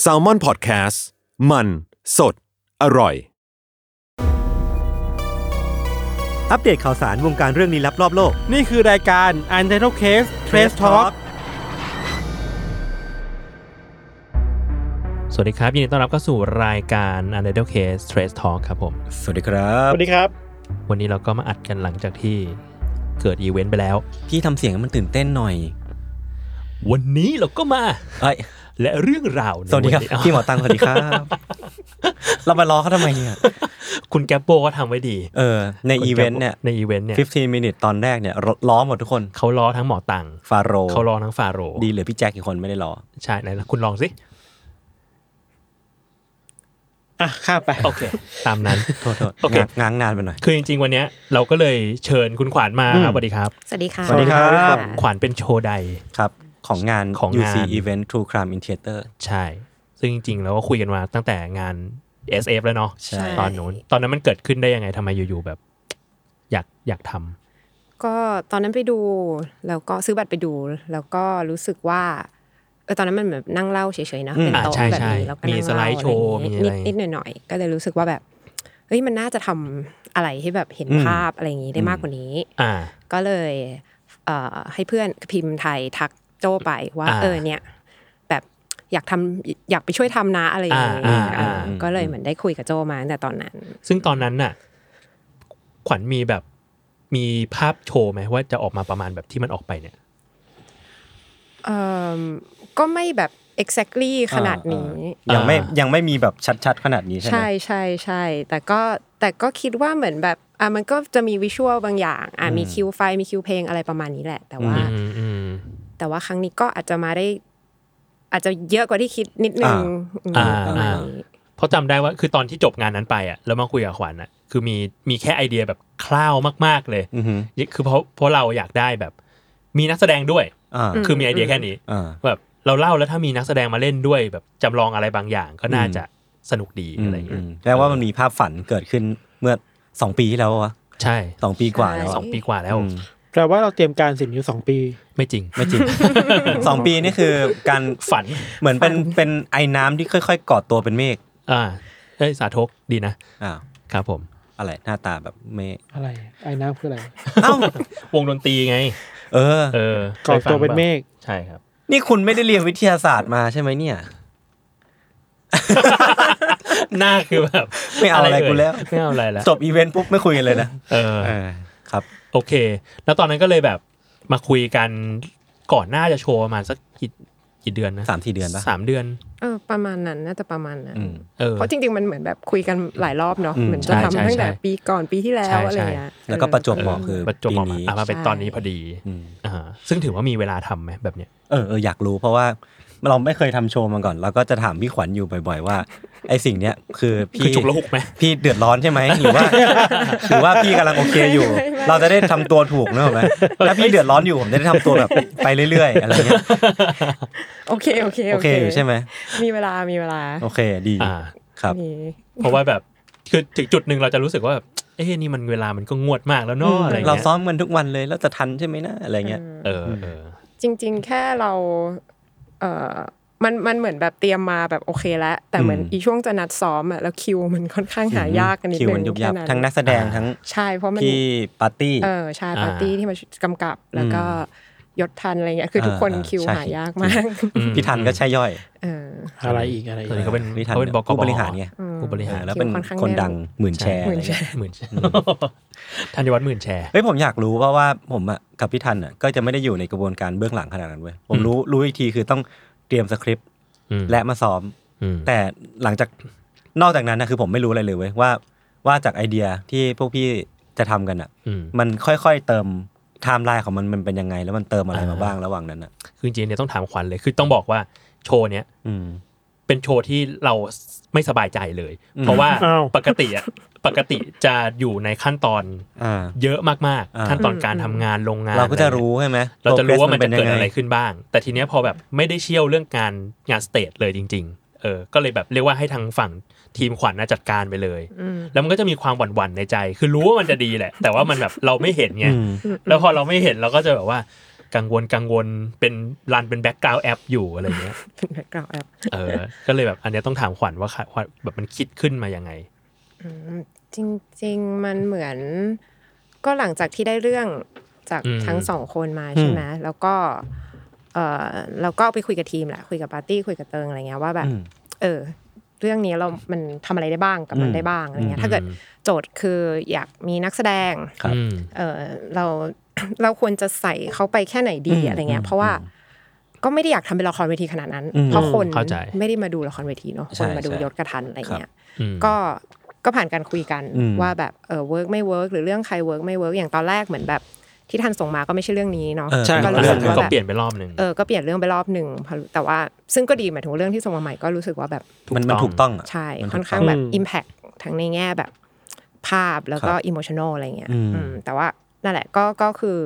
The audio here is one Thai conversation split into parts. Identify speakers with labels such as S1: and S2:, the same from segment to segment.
S1: แซลมอนพอดแคสต์มันสดอร่อย
S2: อัปเดตข่าวสารวงการเรื่องลี้ลับรอบโลก
S3: นี่คือรายการ u n t i t l e Case Trace Talk
S4: สวัสดีครับ ยินดีต้อนรับเข้าสู่รายการ u n d e r t a l e Case Trace Talk ครับผม
S1: สวัสดีครับ
S3: สวัสดีครับ
S4: วันนี้เราก็มาอัดกันหลังจากที่เกิดอีเวนต์ไปแล้ว
S5: พี่ทำเสียงให้มันตื่นเต้นหน่อย
S4: วันนี้เราก็มา
S5: เอ้ย
S4: และเรื่องราวใน
S5: สวัสดีครับ
S4: นนี้
S5: พี่หมอตังสวัสดีครับ เรามารอเขาทำไมเนี่ย
S4: คุณแกปโปก็ทำไว้ดี
S5: เออ ใน
S4: คุณ
S5: อีเวนต์เนี่ย
S4: ในอีเวนต์เนี่ย
S5: 15 minutes ตอนแรกเนี่ยรล้อหมดทุกคน
S4: เขาล้อทั้งหมอตัง
S5: ฟาโรห์
S4: เขาล้อทั้งฟาโรห์
S5: ดีเหลือพี่แจ็คอีกคนไม่ได้ล้อ
S4: ใช่ไหนล่ะคุณลองสิ
S3: อ่ะ ข้ามไป
S4: โอเค ตามนั้น
S5: โทษโทษ
S4: โอเค
S5: งางง้างนานไปหน่อย
S4: คือจริงๆ วันเนี้ยเราก็เลยเชิญคุณขวานมาครับสวัสดีครับ
S6: สวัสดีค่ะ
S5: สวัสดีครับ
S6: ะ
S4: ขวานเป็นโชว์ใด
S5: ครับ ของงาน
S4: ของงาน
S5: UC Event True Crime in Theater
S4: ใช่ ซึ่งจริงๆ เราก็คุยกันมาตั้งแต่งาน SF แล้วเนาะ
S5: ใช่
S4: ตอนนู้น ตอนนั้นมันเกิดขึ้นได้ยังไงทำไมอยู่ๆ แบบ อยากอยากท
S6: ก็ตอนนั้นไปดูแล้วก็ซื้อบัตรไปดู แล้วก็รู้สึกว่าเออตอนนั้นมันแบบนั่งเล่าเฉยๆนะ
S5: อืม
S6: เป็นโต๊ะ
S4: อ่าใช่ใช่
S6: แบบนี้แล้วก็
S4: มี
S6: นั่ง
S4: สไล
S6: เล่า
S4: ด์โชว์
S6: อะไรอย่าง
S4: มี
S6: เงี้ย
S4: อะไร
S6: นิดๆหน่อยๆก็เลยรู้สึกว่าแบบเอ้ยมันน่าจะทำอะไรให้แบบเห็น
S5: อืม
S6: ภาพอะไรอย่างงี้ได้มากกว่านี้
S4: ำอ่า
S6: ก็เลยเอ่อให้เพื่อนพิมพ์ไทยทักโจ้ไปว่า
S4: อ่า
S6: เออเนี่ย แบบอยากทำอยากไปช่วยทำนะอะไรอย่าง
S4: อ่า
S6: เงี้ย
S4: อ่า
S6: เออก็เลยเหมือนได้คุยกับโจมาตั้งแต่ตอนนั้น
S4: ซึ่งตอนนั้นน่ะ ขวัญมีแบบมีภาพโชว์ไหมว่าจะออกมาประมาณแบบที่มันออกไปเนี่ย
S6: เอิ่มก็ไม่แบบ exactly ขนาดนี้
S4: อ่ายั
S5: ยังไม่ยังไม่มีแบบชัดๆ ขนาดนี้ใช่ไหม
S6: ใช่ใช่ใช่ แต่ก็แต่ก็คิดว่าเหมือนแบบอ่ะมันก็จะมีวิชวลบางอย่างอ่ะมีคิวไฟมีคิวเพลงอะไรประมาณนี้แหละ แต่ว่า
S4: อืมอืม
S6: แต่ว่าครั้งนี้ก็อาจจะมาได้ อาจจะเยอะกว่าที่คิดนิดนึงอืม
S4: อ่า
S6: ประมาณนี้
S4: เพราะจำได้ว่าคือตอนที่จบงานนั้นไปอ่ะแล้วมาคุยกับขวัญอ่ะคือมีมีแค่ไอเดียแบบคร่าวมาก ๆ เลย
S5: อือฮึ
S4: คือเพราะเพราะเราอยากได้แบบ มีนักแสดงด้วย
S5: อ่า
S4: คือมีไอเดียแค่นี้
S5: อ่า
S4: แบบเราเล่าแล้วถ้ามีนักแสดงมาเล่นด้วย แบบจำลองอะไรบางอย่างก็น่า
S5: อืม
S4: จะสนุกดี
S5: อืม
S4: อะไรอย่าง
S5: อื
S4: เงี้ย
S5: มแปลว่ามันมีภาพฝันเกิดขึ้นเมื่อสองปีที่แล้ววะ
S4: ใช่
S5: สองปีกว่าแล้ว
S4: สองปีกว่าแล้ว
S5: อืม
S3: แปลว่าเราเตรียมการสิ่งนี้สองปี
S4: ไม่จริง
S5: ไม่จริง สองปีนี่คือการ
S4: ฝัน
S5: เหมือนเป็นเป็นไอ้น้ำที่ค่อยๆก่อตัวเป็นเมฆ
S4: อ่าเอ้ยสาธกดีนะ
S5: อ้าว
S4: ครับผม
S5: อะไรหน้าตาแบบเมฆ
S3: อะไร ไอ้น้ำคืออะไร
S4: วงดนตรีไง
S5: เออ
S4: เออ
S3: ก่อตัวเป็นเมฆ
S4: ใช่ครับ
S5: นี่คุณไม่ได้เรียนวิทยาศาสตร์มาใช่ไหมเนี่ย
S4: หน้าคือแบบ
S5: ไม่เอาอะไร
S4: ย
S5: กูแล้ว
S4: ไม่เอาอะไรแล้ว
S5: จบอีเวนต์ปุ๊บไม่คุยกันเลยนะ
S4: เออ
S5: เออครับ
S4: โอเค แล้วตอนนั้นก็เลยแบบมาคุยกันก่อนหน้าจะโชว์ประมาณสักกี่กี่เดือนนะ
S5: สามสี่เดือนปะ
S4: สามเดือน
S6: เออประมาณนั้นน่าจะประมาณนั้น
S5: อืม
S4: เออ
S6: เพราะจริง ๆ มันเหมือนแบบคุยกันหลายรอบเนาะ
S5: อืม
S6: เหมือนจะ
S4: ใช่ใช่
S6: ทำตั้งแต่
S4: ใช่
S6: ปีก่อนปีที่แล้
S4: ใช่
S6: วอะไร
S4: ใช่
S6: อย่างเงี้ย
S5: แล้วก็
S6: เออ
S5: ประจวบเหมาะคือ
S4: ประจวบ
S5: ปี
S4: ออกมา
S5: นี้
S4: อ่ะมาเป็น
S6: ใช่
S4: ตอนนี้พอดี
S5: อืม
S4: อ่าซึ่งถือว่ามีเวลาทำไหมแบบเนี้ย
S5: เออเอออยากรู้เพราะว่าเราไม่เคยทำโชว์มาก่อน เราก็จะถามพี่ขวัญอยู่บ่อย ๆ ว่า ไอ้สิ่งเนี้ยคือ
S4: คื
S5: พี่
S4: อฉุกละหุกไหม
S5: พี่เดือดร้อนใช่ไหมหรือว่า หรือว่าพี่กำลังโอเคอยู่ เราจะได้ทำตัวถูกเนกอะไหมถ้าพี่เดือดร้อนอยู่ผมจะได้ทำตัวแบบไปเรื่อยๆอะไรเงี้ย
S6: โอเคโอเค
S5: โอเคอยู่ใช่ไหม
S6: มีเวลามีเวลา
S5: โอเคดี
S4: อ่า
S5: ครับ
S6: มี
S4: เพราะว่าแบบคือถึงจุดหนึ่งเราจะรู้สึกว่าแบบเอ้ยนี่มันเวลามันก็งวดมากแล้วเนาะอะไร
S5: เรา
S4: เงี้ย
S5: ซ้อมกันทุกวันเลยแล้วจะทันใช่ไหมนะอะไรเงี้ย
S4: เออเออ
S6: จริงๆ แค่เรา เออมัน มันเหมือนแบบเตรียมมาแบบโอเคแล้ว แต่เหมือน
S5: อืม
S6: อีช่วงจะนัดซ้อมอ่ะ แล้วคิวมันค่อนข้างหายากกันนิด
S5: คิว
S6: นึ
S5: มัน
S6: ง
S5: ยุบยับ
S6: แค่
S5: ทั้งนักแสดง
S4: อ่า
S5: ทั้ง
S6: ใช่ เพราะมัน
S5: พี่ปาร์ตี้
S6: เออ ใช่ปาร์ตี้
S4: อ่า
S6: ที่มากำกับ แล้วก็ยศทันอะไรเงี้ย คือทุกคน
S5: อ่า
S6: คิว
S5: ใช่
S6: หายากมาก
S5: พี่ทันก็ใช่ย่อย
S6: เออ
S3: อะไรอีกอะไรอี
S4: ตอน
S3: ก
S4: นี้เขาเป็น
S5: พี่ทัน
S4: เขาเป็นบก
S5: ผู้บริหารไง
S4: ผู้บริ
S5: เอ
S4: หา
S5: อ
S4: ร
S5: แล้วเป็น
S6: คิวค่อนข้าง
S5: คน
S6: แน่น
S5: ดังหมื่นแชร์อะไรเงี้ย
S4: หมื่นแชร์ธัญวัฒน์หมื่นแชร์
S5: เฮ้ยผมอยากรู้ว่าว่าผมอะกับพี่ทันอะก็จะไม่ได้อยู่ในกระบวนการเบื้องหลังขนาดนั้นเว้ยผมรู้รู้อีกทีคือต้องเตรียมสคริปต์
S4: อืม
S5: และมาซ้อม
S4: อืม
S5: แต่หลังจากนอกจากนั้นนะคือผมไม่รู้อะไรเลยเว้ยว่าว่าจากไอเดียที่พวกพี่จะทำกันอะ
S4: อืม
S5: มันค่อยๆเติมไทม์ไลน์ของมันมันเป็นยังไง แล้วมันเติมอะไรมาบ้างระหว่างนั้นอะ
S4: คือจริงๆเนี่ยต้องถามขวัญเลยคือต้องบอกว่าโชว์เนี้ย
S5: อืม
S4: เป็นโชว์ที่เราไม่สบายใจเลย เพราะว่า
S3: อ้าว
S4: ปกติอะปกติจะอยู่ในขั้นตอน
S5: อ่า
S4: เยอะมาก
S5: อ่า
S4: ๆ ขั้นตอนการทำงานโรงงาน
S5: เราก็จะรู้ใช่ไหม
S4: เราจะ
S5: progress
S4: รู้ว่ามันจะ
S5: ป็
S4: เกิด
S5: ยังง
S4: อะไรขึ้นบ้าง แต่ทีเนี้ยพอแบบไม่ได้เชี่ยวเรื่องการงานสเตจเลยจริง ๆ เออ ก็เลยแบบเรียกว่าให้ทางฝั่งทีมขวัญน่ะจัดการไปเลย แล้วมันก็จะมีความหวั่นๆในใจ คือรู้ว่ามันจะดีแหละ แต่ว่ามันแบบเราไม่เห็นไง
S5: อืม
S4: แล้วพอเราไม่เห็นเราก็จะแบบว่ากังวลกังวลเป็นรันเป็นแบ็กกราวแอปอยู่อะไรเงี้ย
S6: เป็นแบ็กกราวด์แอป
S4: เออ ก็เลยแบบอันเนี้ยต้องถามขวัญว่าขวัญแบบมันคิดขึ้นมายังไง
S6: จริงๆ มันเหมือน ก็หลังจากที่ได้เรื่องจาก
S4: อืม
S6: ทั้งสองคนมาใช่ไหมแล้วก็เออเราก็ไปคุยกับทีมแหละคุยกับปาร์ตี้คุยกับเติงอะไรเงี้ยว่าแบบ
S5: อืม
S6: เออ เรื่องนี้เรามันทำอะไรได้บ้างกับมัน
S5: อืม
S6: ได้บ้างอะไรเงี้ยถ้าเกิดโจทย์คืออยากมีนักแสดง
S5: ครับ
S4: อืม
S6: เออเรา เราควรจะใส่เขาไปแค่ไหนดี
S5: อืม
S6: อะไรเงี้ย
S5: อืม
S6: เพราะว่าก็ไม่ได้อยากทำเป็นละครเวทีขนาดนั้น
S5: อืม
S6: เพราะคน
S4: เข้าใจ
S6: ไม่ได้มาดูละครเวทีเนาะคน
S5: ใช่
S6: มาดู
S5: ใช่
S6: ยศกระทันอะไรเงี้ย
S4: อืม
S6: ก็ก็ผ่านการคุยกัน
S5: อืม
S6: ว่าแบบเออเวิร์กไม่เวิร์กหรือเรื่องใครเวิร์กไม่เวิร์กอย่างตอนแรกเหมือนแบบที่ท่านส่งมาก็ไม่ใช่เรื่องนี้เนาะ
S5: เออ
S3: ใช่
S6: ก็
S4: ก็
S6: รู้
S4: เลย
S6: สึกว่า
S4: ก็
S6: แบบ
S4: เปลี่ยนไปรอบหนึ่ง
S6: เออก็เปลี่ยนเรื่องไปรอบหนึ่งพอแต่ว่าซึ่งก็ดีหมายถึงว่าเรื่องที่ส่งมาใหม่ก็รู้สึกว่าแบบ
S5: มันมันถูกต้องอะ
S6: ใช่
S5: มันถูก
S6: ค่อนข้างแบบ
S3: ต้อง
S6: Impact ทั้งในแง่แบบภาพแล้วก็
S5: ครับ
S6: อิโมชันอลอะไรเงี้ย
S5: อืม
S6: อืมแต่ว่านั่นแหละก็ก็คือ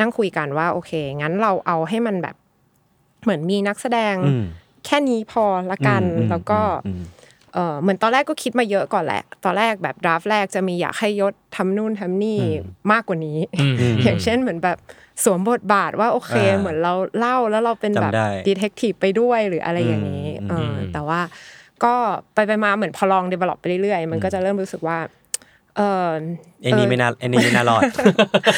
S6: นั่งคุยกันว่า โอเค งั้นเราเอาให้มันแบบเหมือนมีนักแสดง
S5: อืม
S6: แค่นี้พอละกัน
S5: อืม
S6: แล้วก็
S5: อืม
S6: เออเหมือนตอนแรกก็คิดมาเยอะก่อนแหละ ตอนแรกแบบดราฟแรกจะมีอยากให้ยศทำนู่นทำนี่มากกว่านี้ อย่างเช่นเหมือนแบบสวมบทบาทว่าโอเค
S5: อ่า
S6: เหมือนเราเล่าแล้วเราเป็นแบบ
S5: จำได้
S6: ดีเทคทีฟไปด้วยหรืออะไรอย่างนี้
S5: อืม
S6: เอออ
S4: ม
S6: แต่ว่าก็ไปไปมาเหมือนพอลองเดเวล็อปไปเรื่อยๆ มันก็จะเริ่มรู้สึกว่าเออ
S5: ไอ้นี่ไม่น่าไอ้นี่ไม่น่ารอด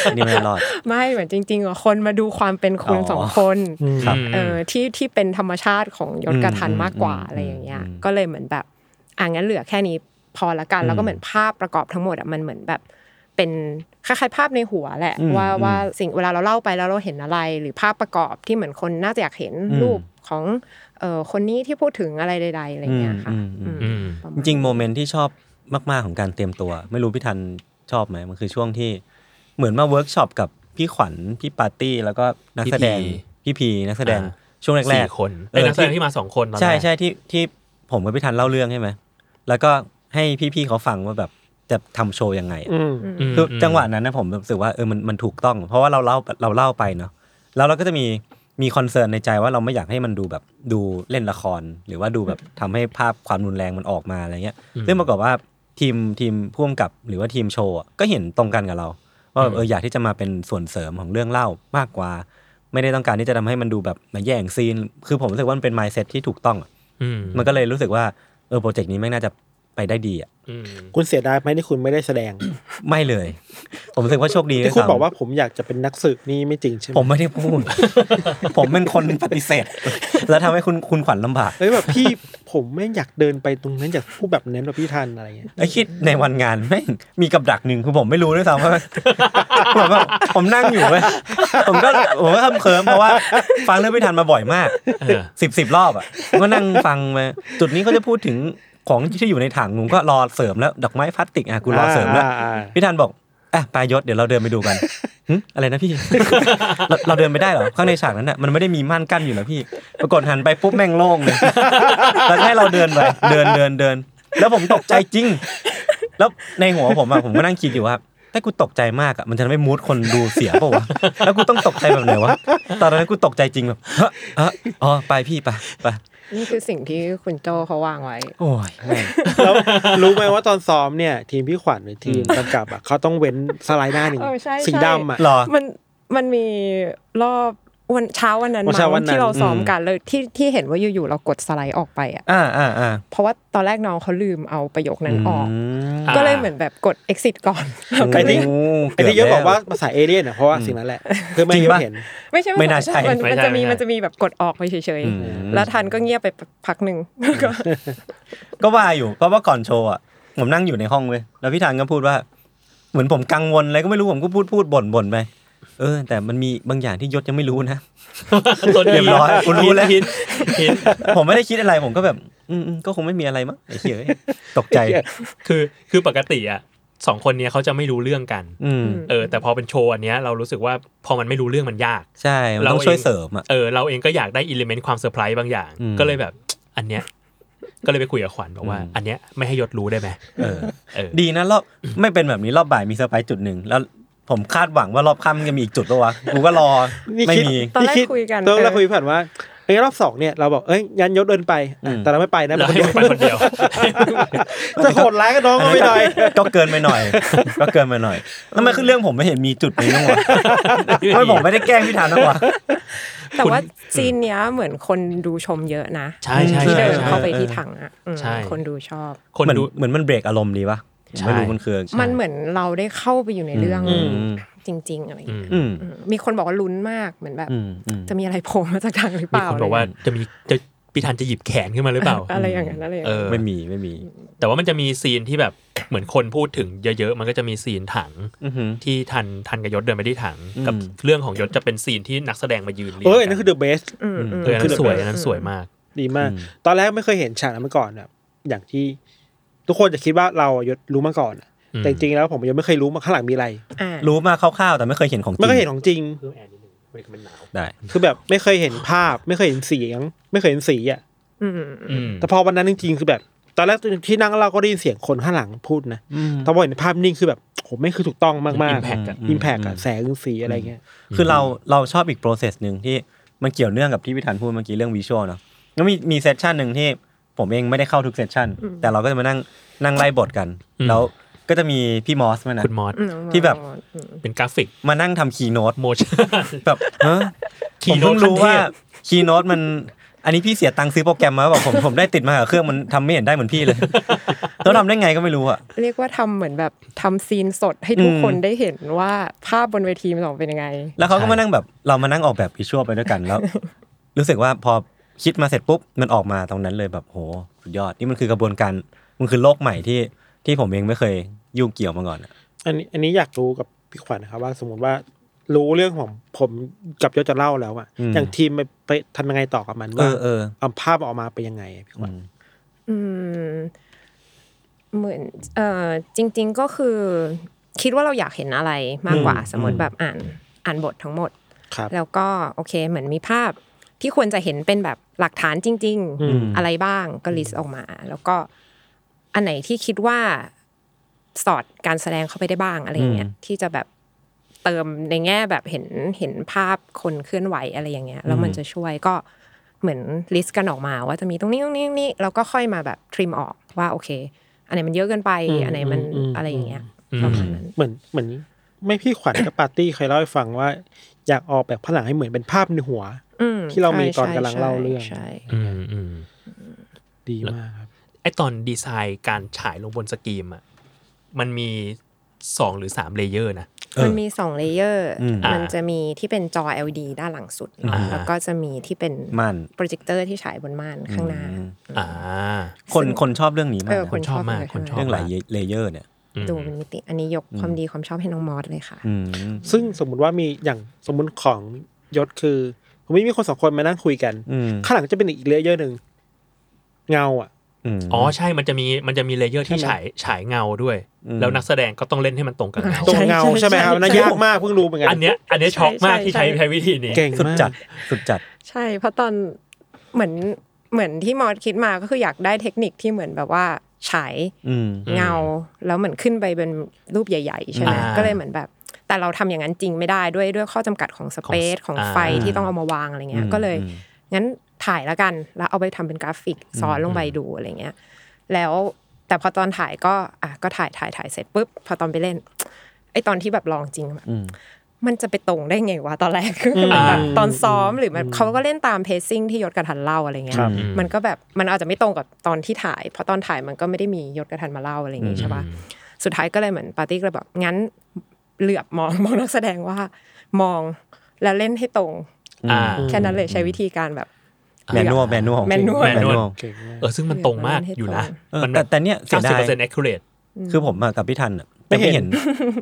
S5: ไอ้นี่ไม่น่ารอด
S6: ไม่เหมือนจริงๆอ่ะคนมาดูความเป็นคุณ
S5: อ๋อ
S6: สองคน
S5: ครับ
S4: ม
S6: เออที่ที่เป็นธรรมชาติของยศกระทัน
S5: อืม
S6: มากกว่า
S5: อืม
S6: อะไรอย่างเงี้ย
S5: อืม
S6: ก็เลยเหมือนแบบอ่ะงั้นเหลือแค่นี้พอละกัน แล้วก็เหมือนภาพประกอบทั้งหมดอ่ะมันเหมือนแบบ เป็นคล้ายๆภาพในหัวแหละ
S5: อืม
S6: ว่า
S5: อืม
S6: ว่าสิ่งเวลาเราเล่าไปแล้วเราเห็นอะไร หรือภาพประกอบที่เหมือนคนน่าจะอยากเห็น
S5: อืม
S6: รูปของเอ่อคนนี้ที่พูดถึงอะไรใด ๆอะไรเงี้ยค่ะ
S5: อืมอืม
S6: อืม
S4: อืม
S6: ประ
S5: จ
S6: มาณ
S5: ริงๆโมเมนต์ที่ชอบมากๆของการเตรียมตัว ไม่รู้พี่ทันชอบไหมมันคือช่วงที่เหมือนมาเวิร์กช็อปกับพี่ขวัญพี่ปาร์ตี้แล้วก็นักแสดงพี่พีนักแสดง
S4: อ่
S5: ช่วงแร
S4: สี่
S5: ก
S4: คน
S5: เอ
S4: เอ้ย
S5: อ
S4: นักแสดง
S5: ที่
S4: ที่มาสองคนตอ
S5: ๆ
S4: นแรก
S5: ใช่ใช่ที่ที่ผมกับพี่ทันเล่าเรื่องใช่ไหมแล้วก็ให้พี่ๆเขาฟังว่าแบบจะทำโชว์ยังไงอะ
S3: อืม
S5: คือจังหวะนั้นนะผมรู้สึกว่าเออมันมันถูกต้อง เพราะว่าเราเล่าเราเล่าไปเนาะแล้วเราก็จะมีมีคอนเซิร์นในใจว่าเราไม่อยากให้มันดูแบบดูเล่นละคร หรือว่าดูแบบทำให้ภาพความรุนแรงมันออกมาอะไรเงี้ย
S4: อืม
S5: ซึ่งปรากฏว่าทีมทีมพ่วงกับหรือว่าทีมโชว์อะก็เห็นตรงกันกับเรา ว่าแบบเอออยากที่จะมาเป็นส่วนเสริมของเรื่องเล่ามากกว่า ไม่ได้ต้องการที่จะทำให้มันดูแบบมาแย่งซีน คือผมรู้สึกว่ามันเป็นไมเซ็ตที่ถูกต้องอะ
S4: อืม
S5: มันก็เลยรู้สึกว่าเออโปรเจกต์นี้แม่งน่าจะไปได้ดีอ่ะ
S4: อืม
S3: คุณเสียดายไหมที่คุณไม่ได้แสดง
S5: ไม่เลย ผมรู้สึกว่าโชคดี
S3: ที่คุณ
S5: ด้วยซ้ำ
S3: บอกว่าผมอยากจะเป็นนักสืบนี่ไม่จริงใช่ไหม
S5: ผมไม่ได้พูด ผมเป็นคนปฏิเสธ แล้วทำให้คุณคุณขวัญลำบาก
S3: เฮ้ยแบบพี่ ผมไม่งอยากเดินไปตรงนั้นอยากพูดแบบนั้นแบบพี่ทันอะไรเงี้ย
S5: ไอ้คิดในวันงานแม่งมีกับดักหนึ่งคือผมไม่รู้ด้วยซ้ำว่า ผมแบบผมนั่งอยู่เว้ยผมก็ผมก็ทำเคิมเพราะว่า ฟังเรื่องไม่ทันมาบ่อยมาก
S4: เออ
S5: สิบสิบรอบอ่ะผมก็นั่งฟังมาจุดนี้เขาจะพูดถึงของที่อยู่ในถังผมก็รอเสริมแล้วดอกไม้พลาสติกอ่ะกูรอเสริมแล้ว
S3: าอ่าอ่า
S5: พี่ธันบอกอ่ะปลายยศเดี๋ยวเราเดินไปดูกันหึอะไรนะพี่ เราเราเดินไปได้เหรอ ข้างในฉากนั้นน่ะมันไม่ได้มีม่านกั้นอยู่แล้วพี่ ปรากฏหันไปปุ๊บแม่งโล่งเลย แล้วให้เราเดินไป เดินเดินเดิน แล้วผมตกใจจริง แล้วในหัวผมอะผมก็นั่งคิดอยู่ว่า ถ้ากูตกใจมากอะมันจะทำให้มูดคนดูเสียเปล่าวะ แล้วกูต้องตกใจแบบไหนวะ ตอนนั้นกูตกใจจริงแบบฮะฮะอ๋อไปพี่ไปไป
S6: นี่คือสิ่งที่คุณโจเขาวางไว้
S5: โอ้ยแม่ง
S3: แล้วรู้ไหมว่าตอนซ้อมเนี่ย ทีมพี่ขวัญหรือทีมกำกับอ่ะเขาต้องเว้นสไลด์หน้าหนึ่ง
S6: เออใช่
S3: สี
S6: ใช่
S3: ดำอ่ะ
S5: หรอ
S6: มันมันมีรอบวันเช้าวันนั้น
S3: วันเช้าวัน
S6: มั้ง
S3: นั้น
S6: ที่เราซ้อมกันเลยที่ที่เห็นว่าอยู่ๆเรากดสไลด์ออกไปอ่ะ
S5: อ่าอ่าอ่า
S6: เพราะว่าตอนแรกน้องเขาลืมเอาประโยคนั้นออก
S5: ม
S4: อ่า
S6: ก็เลยเหมือนแบบกด exit ก่อน
S3: ไอ้ที่
S5: โ
S3: ไอ้ที่เยอะบอกว่า
S5: เ
S3: ภาษาเอเลี่ยนอ่ะเพราะว่าสิ่งนั้นแหละ เพื่อไม่ให้
S5: จริงปะ
S3: เห็น
S6: ไม่ใช่
S5: ไม่น่าใช่
S6: มัน
S4: ไม่
S6: มัน
S4: ใช่
S6: จะมี
S4: ไม่ใช่
S6: มันจะมีแบบกดออกไปเฉย
S5: อืม
S6: ๆ แล้วทันก็เงียบไปพักหนึ่ง แล้วก็
S5: ก็ว่าอยู่เพราะว่าก่อนโชว์อ่ะผมนั่งอยู่ในห้องเว้ยแล้วพี่ธันก็พูดว่า เหมือนผมกังวลอะไรก็ไม่รู้ผมก็พูดพูดบ่นบ่นไปเออ แต่มันมีบางอย่างที่ยศยังไม่รู้นะ
S4: ตัวนี้
S5: เรียบร้อยคุณรู้แล้ว
S4: หินหิน
S5: ผมไม่ได้คิดอะไรผมก็แบบ อืมอืมก็คงไม่มีอะไรมั้งไอ้เหี้ยเอ้ยตกใจ
S4: คือคือปกติอ่ะสองคนเนี้ยเขาจะไม่รู้เรื่องกัน
S5: อืม
S4: เออ แต่พอเป็นโชว์อันเนี้ยเรารู้สึกว่าพอมันไม่รู้เรื่องมันยาก
S5: ใช่มัน
S4: เรา
S5: ต้องช่วยเสริมอ่ะ
S4: เออเราเองก็อยากได้อิเลเมนต์ความเซอร์ไพรส์บางอย่าง
S5: อืม
S4: ก็เลยแบบอันเนี้ย ก็เลยไปคุยกับขวัญบอกว่า อันเนี้ยไม่ให้ยศรู้ได้ไหม
S5: เออ
S4: เออ
S5: ดีนะรอบ ไม่เป็นแบบนี้รอบบ่ายมีเซอร์ไพรส์จุดหนึ่งแล้วผมคาดหวังว่ารอบค่ำมันจะมีอีกจุดปะวะกูก็รอ
S3: นี่
S5: ไม่
S3: คิด
S5: มี
S6: ตอนแรก
S3: คิด
S6: คุยกัน
S3: ตอน
S6: เอ
S3: แรก
S6: อ
S3: คุยผ่านว่าเอ้ยรอบสองเนี่ยเราบอกเอ้ยยันยศเดินไปอ่ะ
S5: อืม
S3: แต่เราไม่ไปนะ
S4: แล้วให้
S3: เดี๋ย
S4: มึง
S3: ว
S4: ไปคนเดียว
S3: จะโหดร้ายกับน้องก็ไม่ได้
S5: ก็เกินไปหน่อย ก็เกินไปหน่อยแล้วมันคือเรื่องผมไม่เห็นมีจุดนี้นะวะทำ ไมผมไม่ได้แกล้งพี่ธานนะวะ
S6: แต่ว่าซีนเนี้ยเหมือนคนดูชมเยอะนะ
S4: ใช่ใช่
S6: ที่
S4: ใช่
S6: เดิน
S4: ใช่
S6: เข้าไปที่ถังอ่ะอืม
S4: ใช่
S6: คนดูชอบ
S4: คน
S5: เหมือน
S4: ดู
S5: เหมือนมันเบรกอารมณ์ดีปะผมไม่รู้
S4: ใช่
S5: มันคือ
S6: มันเหมือนเราได้เข้าไปอยู่ในเรื่อง
S5: อืม
S6: จริง ๆ อะไรอย่าง
S4: อื
S6: เงี้ย
S4: ม
S5: อืม
S6: อืมมีคนบอกว่าลุ้นมากเหมือนแบบ
S5: อืมอืม
S6: จะมีอะไรโผล่มาจากถังหรือเป
S4: มี
S6: ล่า
S4: คนบอกว่าจะมีจะพี่ทันจะหยิบแขนขึ้นมาหรือเปล่า
S6: อะไรอย่างเงี้ยอะไรอย่าง
S4: เอ
S6: เงี้ย
S4: อ
S5: ไม่มีไม่มี
S4: แต่ว่ามันจะมีซีนที่แบบเหมือนคนพูดถึงเยอะๆ มันก็จะมีซีนถัง
S5: อือหือ
S4: ที่ทันทันกับยศเดินไปที่ถัง
S5: อืม
S4: กับเรื่องของยศจะเป็นซีนที่นักแสดงมายืนเรีย
S3: เอ้ย
S4: กั
S3: นั่นคือเดอะเบส
S6: อืมม
S4: เอออันนั้นสวยอันนั้น
S6: ม
S4: สวยมาก
S3: ดีมาก ตอนแรกไม่เคยเห็นฉากนั้นมาก่อนแบบอย่างที่ทุกคนจะคิดว่าเราอะยศรู้มาก่อนอะ
S4: อืม
S3: แต่จริงๆแล้วผมยังไม่เคยรู้มาข้างหลังมีอะไร
S6: อ่า
S5: รู้มาคร่าวๆแต่ไม่เคยเห็นของจริง
S3: ไม่เคยเห็นของจริง
S4: เพิ่มแอร์นิดนึงมันหนาว
S5: ได้
S3: คือแบบไม่เคยเห็นภาพ ไม่เคยเห็นเสียง ไม่เคยเห็นสีอ่ะ
S6: อืมอืม
S3: แต่พอวันนั้นจริงๆคือแบบ ตอนแรกที่นั่งเราก็ได้ยินเสียงคนข้างหลังพูดนะแต่พอเห็นภาพนิ่งคือแบบโหไม่งคือถูกต้องมากๆ
S4: อิมแพกอะ
S3: อิมแพกอะ
S5: อืม
S3: แสงสีอะไรเงี้ย
S5: คือเราเราชอบอีก process หนึ่งที่มันเกี่ยวเนื่องกับที่พี่ธันพูดเมื่อกี้เรื่องวิชวลเนาะแล้วมีมีเซสชันหนึ่งที่ผมเองไม่ได้เข้าทุกเซสชันแต่เราก็จะมานั่งนั่งไล่บทกัน แล้วก็จะมีพี่มอสมานะ
S4: คุณมอส
S6: อืม
S5: ที่แบบ
S6: อืม
S4: เป็นกราฟิก
S5: มานั่งทำคีย์โน้ต
S4: โมชั่น
S5: แบบเฮ้ยผม
S4: Keynote
S5: เพิ่งรู้ว่า
S4: ขั้นเทพ
S5: คีย์โน้ตมันอันนี้พี่เสียตังค์ซื้อโปรแกรมมาบอกผมผมได้ติดมากับเครื่องมันทำไม่เห็นได้เหมือนพี่เลย แล้วทำได้ไงก็ไม่รู้อ่ะ
S6: เรียกว่าทำเหมือนแบบทำซีนสดให้ทุก
S5: อืม
S6: คนได้เห็นว่าภาพบนเวทีมันออกมาเป็นยังไง
S5: แล้วเขาก็มานั่งแบบเรามานั่งออกแบบวิชวลไปด้วยกันแล้ว รู้สึกว่าพอคิดมาเสร็จปุ๊บมันออกมาตรงนั้นเลยแบบโหสุดยอดนี่มันคือกระบวนการมันคือโลกใหม่ที่ที่ผมเองไม่เคยยุ่งเกี่ยวมาก่อนอะ
S3: อันนี้อันนี้อยากรู้กับพี่ขวัญนะครับว่าสมมติว่ารู้เรื่องของผมกับยศจะเล่าแล้วอะอย่างทีมไปไปทำยังไงต่อกับมัน
S5: เอ
S3: ว่า
S5: อเออ
S3: เอาภาพออกมาเป็นยังไงอะพี่ขวัญ
S6: อืมเหมือนเอ่อจริง ๆก็คือ คิดว่าเราอยากเห็นอะไรมากกว่า สมมติแบบอ่านอ่านบททั้งหมด
S3: ครับ
S6: แล้วก็โอเค เหมือนมีภาพที่ควรจะเห็นเป็นแบบหลักฐานจริง ๆ อะไรบ้างก็ลิสต์ออกมา แล้วก็อันไหนที่คิดว่าสอดการแสดงเข้าไปได้บ้างอะไรอย่างเงี้ยที่จะแบบเติมในแง่แบบเห็นเห็นภาพคนเคลื่อนไหวอะไรอย่างเงี้ย แล้วมันจะช่วยก็เหมือนลิสต์กันออกมา ว่าจะมีตรงนี้ตรงนี้ตรงนี้แล้วก็ค่อยมาแบบทริมออกว่าโอเค อันไหนมันเยอะเกินไป อันไหนมันอะไรอย่างเงี้ยประมาณนั้น
S3: เหมือนเหมือนไม่พี่ขวัญกับปาร์ตี้เคยเล่าให้ฟังว่า อยากออกแบบผนังให้เหมือนเป็นภาพในหัว
S6: อื
S3: ที่เรามีตอน
S6: ใช่
S3: กำลังเล่าเรื่อง
S6: ใช่
S4: อืมอืม
S3: ดีมากครับ
S4: ไอตอนดีไซน์การฉายลงบนสกรีมอ่ะมันมีสองหรือสามเลเยอร์นะ
S6: มันมีสองเลเยอร์
S5: อืม
S6: มันจะมีที่เป็นจอ LED ด้านหลังสุด
S4: อ่า
S6: แล้วก็จะมีที่เป็น
S5: ม่าน
S6: โปรเจคเตอร์ที่ฉายบนม่านข้างหน้า
S5: อืม
S4: อ่า
S5: คนคนชอบเรื่องนี้
S6: เอ
S5: มาก
S6: อ
S5: นะ
S6: คนชอ
S4: ช
S6: บ
S4: อบมาก
S6: เลย
S4: คนชบ
S5: เรื่องหลายเลเยอร์เนี่ย
S4: อืม
S6: ดูเป็นมิติ อันนี้ยกความดีความชอบให้น้องมอสเลยค่ะ
S5: อืม
S3: ซึ่งสมมุติว่ามีอย่างสมมุติของยศคือผมไม่มีคนสองคนมานั่งคุยกัน
S5: อืม
S3: ข้างหลังจะเป็นอีกเลเยอร์หนึ่งเงาอ่ะ
S5: ม
S4: อ๋อใช่ มันจะมีมันจะมีเลเยอร์ที่
S3: ใช่ไหม
S4: ฉายฉายเงาด้วย
S5: อืม
S4: แล้วนักแสดงก็ต้องเล่นให้มันตรงกับเงา
S3: ตรงเงาใช่ไหมครับ
S6: ใช่
S3: อันนั้น
S6: ใช่
S3: ยากมากเพิ่งรู้เหมือนกัน
S4: อันเนี้ยอันเนี้ยช็อกมาก
S6: ใช่
S4: ที่ใช้
S6: ใช่
S4: ใช้วิธีนี้
S3: เก่ง
S5: สุด
S3: มาก
S5: จัดสุดจัด
S6: ใช่ เพราะตอนเหมือนเหมือนที่มอสคิดมาก็คืออยากได้เทคนิคที่เหมือนแบบว่าฉาย
S5: อืม
S6: เงา แล้วเหมือนขึ้นไปเป็นรูปใหญ่ ๆ ใช่ไหม
S4: อ่า
S6: ก็เลยเหมือนแบบ แต่เราทำอย่างนั้นจริงไม่ได้ด้วยด้วยข้อจำกัดของสเปซ
S4: ข
S6: ข
S4: อ
S6: อง งไฟที่ต้องเอามาวางอะไรเงี้ย ก็เลย งั้นถ่ายแล้วกัน แล้วเอาไปทำเป็นกราฟิกซ้อนลงไปดูอะไรเงี้ย แล้วแต่พอตอนถ่ายก็อ่ะก็ถ่ายถ่ายถ่ายเสร็จปุ๊บพอตอนไปเล่น ไอตอนที่แบบลองจริงแบบมันจะไปตรงได้ไงวะตอนแรกแบบตอนซ้อมหรือมันเขาก็เล่นตามเพซซิ่งที่ยศกระทันเล่าอะไรเงี้ยมันก็แบบมันอาจจะไม่ตรงกับตอนที่ถ่ายเพราะตอนถ่ายมันก็ไม่ได้มียศกระทันมาเล่าอะไรอย่างงี้ใช่ปะสุดท้ายก็เลยเหมือนปาร์ตี้ก็เลยแบบงั้นเหลือบมอง มองนักแสดงว่า มองแล้วเล่นให้ตรง
S4: อ่า
S6: แค่นั้นเลยใช้วิธีการแบบ
S5: แมนนวลแมนนวล
S6: manual
S3: เก่งมาก
S4: เออซึ่งมันตรงมากอยู่นะ
S5: เออ
S4: มั
S5: แต่แต่เนี่ยเสี
S4: เก้าย สิบ
S5: ดาย
S4: เปอร์เซ็นต์ accurate
S5: คือผมอะกับพี่ทันอะจะไม่เห็น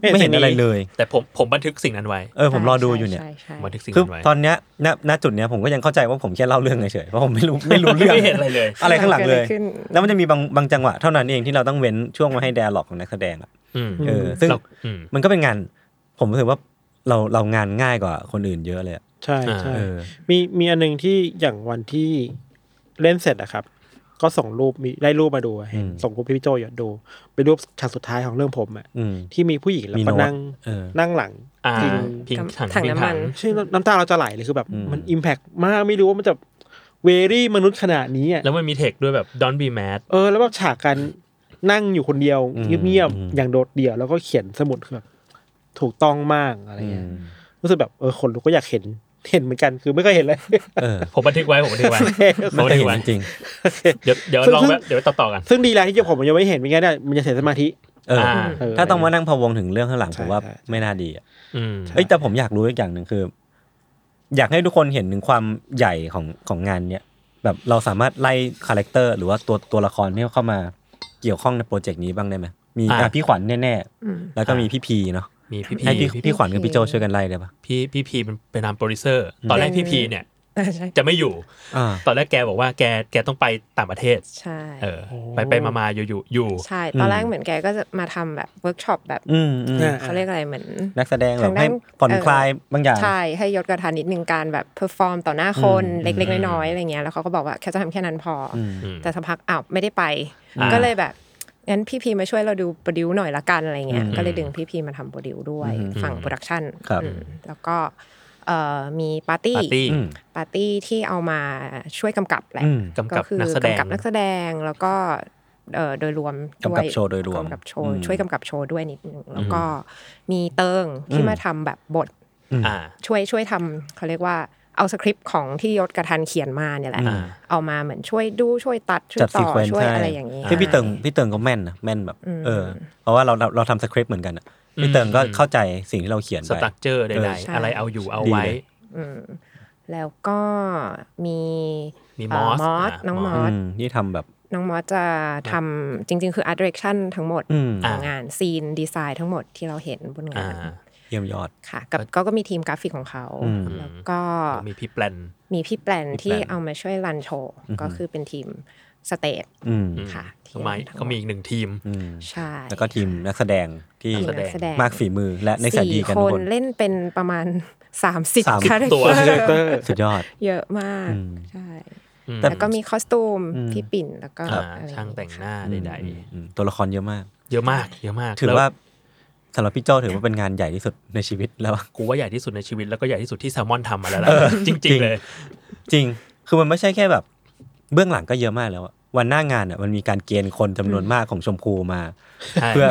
S5: ไม่เห็นอะไรเลย
S4: แต่ผมผมบันทึกสิ่งนั้นไว้
S5: เออผมรอดูอยู่เนี่ย
S6: ใช่
S4: ผ
S6: ใช่
S4: มบันทึกสิ่ง
S5: คือ
S4: นั้นไว้
S5: ตอนเนี้ยณณจุดเนี้ยผมก็ยังเข้าใจว่าผมแค่เล่าเรื่องเฉยๆเพราะผมไม่ รู้ไม่รู้เรื่อง
S4: ไม่เห็นอะไรเลย
S5: อะไรข้างหลังเลย
S6: กิดอะรขึ้น
S5: แล้วมันจะมีบางบางจังหวะเท่านั้นเองที่เราต้องเว้นช่วงไว้ให้แดร์ล็อกของนักแสดงอะ
S4: อืม
S5: เออซึ่ง
S4: เราอืม
S5: มันก็เป็นงาน ผมรู้สึกว่าเราเรางานง่ายกว่าคนอื่นเยอะเลยอะ
S3: ใช่ใช่
S4: อ่า
S5: เออ
S3: มีมีอันหนึงที่อย่างวันที่เล่นเสร็จอะครับ ก็ส่งรูปมีได้รูปมาดูอะเห็น
S5: อืม
S3: ส่งรูปให้พี่โจหยดดูเป็นรูปฉากสุดท้ายของเรื่องผมอะ
S5: อืม
S3: ที่มีผู้หญิงแล้ว
S5: มี
S3: ก็
S5: โน้ต
S3: นั่ง
S5: เออ
S3: นั่งหลัง
S4: อ่า
S3: จริง
S4: พิงถัง
S6: ถัง
S4: พิง
S6: น้ำมั
S4: ถัง
S6: น
S3: ใช่น้ำน้ำตาเราจะไหลเลยคือแบบ มันอิมแพกมากไม่รู้ว่ามันจะเวรี่มนุษย์ขนาดนี้อะ
S4: แล้วมันมีเทคด้วยแบบ don't be mad
S3: เออแล้วแบบฉากการนั่งอยู่คนเดียว
S5: อืม
S3: เงียบ
S5: อืม
S3: ๆอย่างโดดเดี่ยวแล้วก็เขียนสมุดคือแบบถูกต้องมากอะไร
S5: อื
S3: เงี้ย
S5: ม
S3: รู้สึกแบบเออคนรู้ก็อยากเห็นเห็นเหมือนกันคือไม่เคยเห็นเลย
S5: เออ
S4: ผมบันทึกไว้ ผมบันทึกไว้
S5: ไม่เคยเห็นจริง
S4: เดี๋ยวเดี๋ยวลองแบบเดี๋ยวต่อต่อกัน
S3: ซึ่งดีแล้วที่ผมยังไม่เห็นเป็นไงได้มันจะเสียสมาธิ
S5: ๆเออ
S4: อ่า
S3: เ
S5: ถ้าต้องมานั่งพะวงถึงเรื่องข้างหลัง
S3: ใช่
S5: ผมว่า
S3: ใช่
S5: ไม่น่าดีอะ
S4: อืม
S5: เอ้ยแต่ผมอยากรู้อีกอย่างหนึ่งคือ อยากให้ทุกคนเห็นถึงความใหญ่ของของงานเนี้ยแบบเราสามารถไล่คาแรคเตอร์หรือว่าตัวตัวละครที่เข้ามาเกี่ยวข้องในโปรเจกต์นี้บ้างได้ไหมมี
S4: อ่ะ
S5: อ่ะพี่ขวัญแน่
S6: อืม
S5: ๆ แล้วก็มีพี่พีเนาะ
S4: มีพี่
S5: ให้
S4: พี
S5: พี่พี่ขวัญ
S6: พี่
S5: กับ
S6: พี
S5: พี่โจช่วยกันไล่ได้ปะ
S4: พี่พี่พีเป็นเป็นนามโปรดิวเซอร์ ตอนแรก
S6: เป็น
S4: พี่พีเนี่ย
S6: อ่าใช่
S4: จะไม่อยู่
S5: อ่า
S4: ตอนแรกแกบอกว่าแกแกต้องไปต่างประเทศ
S6: ใช่
S4: เออ ไปไปมามาอยู่อยู่อยู่
S6: ใช่ ตอนแรก
S5: อืม
S6: เหมือนแกก็จะมาทำแบบเวิร์กช็อปแบบ
S5: อืมอืม
S3: อ่า
S6: เขาเรียกอะไรเหมือน
S5: นักแสดงแบบ
S6: ทางด้าน
S5: ให้ผ่อนคลายบางอย่าง
S6: ใช่ ให้ยศกระทานนิดนึงการแบบเพอร์ฟอร์มต่อหน้าคนเล็กๆ น้อยๆอะไรเงี้ยแล้วเขาก็บอกว่าแค่จะทำแค่นั้นพออ
S5: ม
S6: แต่สักพักอ้าวไม่ได้ไป
S4: อ่า
S6: ก็เลยแบบงั้นพี่พีมาช่วยเราดูโปรดิวหน่อยละกันอะไรเงี้ยก็เลยดึงพี่พีมาทำโปรดิวด้วยฝั่งโปรดักชัน
S5: ครับ
S6: อืมแล้วก็เอ่อมีปาร์ตี้
S4: ปาร์ตี้
S5: อืม
S6: ปาร์ตี้ที่เอามาช่วยกำกับแหละ
S5: อืม
S4: กำกับ
S6: คื
S4: นักแสดง
S6: กำกับนักแสดงแล้วก็เอ่อโดยรวม
S5: กำกับโชว์โดยรวม
S6: กำกับโชว์
S5: อืม
S6: ช่วยกำกับโชว์ด้วยนิดนึงแล้วก็มีเติงที่มาทำแบบบท
S4: อ่า
S6: ช่วยช่วยทำเขาเรียกว่าเอาสคริปต์ของที่ยศกระทันเขียนมาเนี่ยแหละ
S4: อ่า
S6: เอามาเหมือนช่วยดูช่วยตัดช่วย
S5: จัด
S6: ต่
S5: ซี
S6: อ
S5: เควนซ์
S6: ช่วย
S5: ใช่
S6: อะไรอย่างนี้ย
S5: คือพี่เติงพี่เติงก็แม่นนะแม่นแบบ
S6: อืม
S5: เออ เพราะว่าเราเราเราทำสคริปต์เหมือนกันอะพี่เติงก็เข้าใจสิ่งที่เราเขียน
S4: ส
S5: ไป
S4: ตั๊กเจอร์ใด
S5: เออ
S4: ๆ
S6: ใช่
S4: อะไรเอาอยู่เอา
S5: ดี
S4: ไว้
S5: เลย
S6: อืมแล้วก็มี
S4: มี
S6: เอ่อ
S4: Moss
S6: มอส
S4: อ่ะ
S6: น้องม
S4: Moss
S6: อ
S5: อื
S6: ส
S5: มที่ทำแบบ
S6: น้องมอสจะทำจริง ๆ คือ art direction ทั้งหมด
S5: อืม
S6: ของ
S4: อ่าง
S6: งานซีนดีไซน์ทั้งหมดที่เราเห็นบนงา
S4: อ่าน
S5: เยี่ยมยอด
S6: ค่ะกับก็ก็มีทีมกราฟิกของเขา
S5: อืม
S6: แล้วก็
S4: มีพี่แปลน
S6: มีพี่แปลน
S5: พี่แปลน
S6: ที่เอามาช่วยรันโชว์ก็คือเป็นทีมสเตจ
S5: อืม
S4: อืม
S6: ค่ะที
S4: ก็มา
S6: ทั้งหด
S4: ก็มีอีกหนึ่งทีม
S5: อืม
S6: ใช่
S5: แล้วก็ทีมนักแสดงที่
S6: ทีมนักแสดง
S5: มากฝีมือและในสายดี
S6: สี่
S5: กัน
S6: ค
S5: ทุก
S6: น
S5: คน
S6: เล่นเป็นประมาณ 30
S5: สามสิบ
S6: character
S4: ตัว
S3: เตอร์
S5: สุดยอด
S6: เยอะมาก
S5: อืม
S6: ใช่
S4: อืม
S5: แต่
S6: แล้วก็มีคอสตูม
S5: อืม
S6: พี่ปิ่นแล้วก็
S4: อ่า
S6: อะไรอย่
S4: ช่างแต่งหน้าใด
S5: อืมอืมตัวละครเยอะมาก
S4: ๆ เยอะมาก เยอะมาก
S5: ถือ
S4: แล้ว
S5: ว่าสำหรับพี่เจ้าถือว่าเป็นงานใหญ่ที่สุดในชีวิตแล้วอะ
S4: กูว่าใหญ่ที่สุดในชีวิตแล้วก็ใหญ่ที่สุดที่แซลมอนทำมาแล้วล่ะจ
S5: จริ
S4: ริง
S5: ง
S4: ๆเลย
S5: จริง คือมันไม่ใช่แค่แบบ เบื้องหลังก็เยอะมากแล้วอะวันหน้างานอะมันมีการเกณฑ์คนจำนวนมากของชมพูมา
S4: ใช่
S5: เพื่อ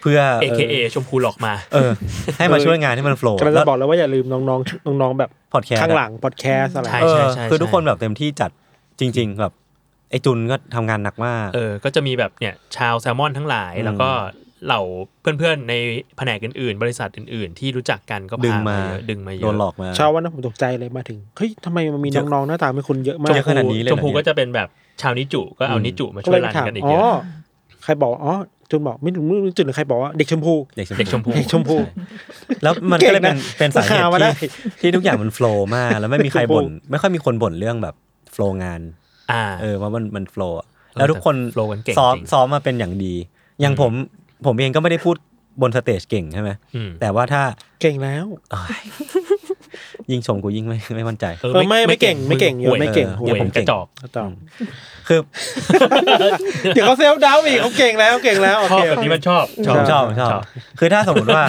S5: เพื่อ
S4: AKA ชมพูหลอกมา
S5: เออ ให้มาช่วยงานให้มันโฟล์
S3: กำลังจะบอกแล้วว่าอย่าลืมน้องๆน้องๆแบบ
S5: พอดแคสต์
S3: ข้างหลังพอดแคสต์อะไร
S4: ใช่
S5: คือทุกคนแบบเต็มที่จัดจริง ๆ แบบไอ้จุนก็ทำงานหนักมาก
S4: เออ ก็จะมีแบบเนี่ยชาวแซลมอนทั้งหลาย
S5: อืม
S4: แล้วก็เหล่าเพื่อนๆในแผนกอื่นๆ บริษัทอื่นๆ ที่รู้จักกันก็พ
S5: ดึงมา
S4: เยอะดึงมาเยอะ
S5: โดนหลอกมา
S3: เช้าวันนั้นผมตกใจเลยมาถึงเฮ้ยทำไมมันมี
S5: เยอะ
S3: น้องๆหน้าตาไม่คุ้นเยอะมา
S5: จ
S3: ก
S5: นขนาดนี้เลย
S4: ช
S5: เหร
S4: ม
S5: อ
S4: พูก็
S5: เนี่ย
S4: จะเป็นแบบชาวนิจุก็เอา
S5: อืม
S4: นิจุมา
S3: ก็
S4: ช่ว
S3: เลย ย
S4: รัน
S3: ถาม
S4: กันอีก
S3: อ๋
S4: เย
S3: อ
S4: อะ
S3: ใครบอกอ๋อจุนบอกไม่ถึงไม่รู้จุนหรือใครบอกว่าเด็กชมพู
S5: เด็กชมพู
S4: เด็กชมพู
S3: เด็กชมพู
S5: ใแล้วมันก็เลยเป็นเป็นสาเหตุ
S3: หามาได้
S5: ที่ที่ทุกอย่างมันโฟล์มาก แล้วไม่มีใครบ่นไม่ค่อยมีคนบ่นเรื่องแบบโฟล์งาน
S4: อ่า
S5: เออว่ามันมันโฟล์
S4: เออ
S5: แล้วทุกคน
S4: แต่ flow กันเก่ง
S5: ซ้อม
S4: จริง
S5: ซ้อมมาเป็นอย่างดี อย่างผมผมเองก็ไม่ได้พูดบนสเตจเก่งใช่ไหม
S4: ม
S5: แต่ว่าถ้า
S3: เก่งแล้ว
S5: ยิ่งชมกูยิ่งไม่ไม่มั่นใจ
S4: เออ
S3: เออไม่ไม่เก่งไม่เก่งเยอะไม่เก่ง
S5: เออ
S3: โห
S4: ห่วย
S3: ย
S4: กระจอก
S3: ต่ออ
S5: คือ
S3: เดี๋ยวเขาเซลฟ์ดาวน์อีกเขาเก่งแล้วเก่งแล้วโอ
S4: ชอ
S3: เค
S4: บแบบนี้มันชอบ
S5: ชอบชอบชอบ คือถ้าสมมติว่า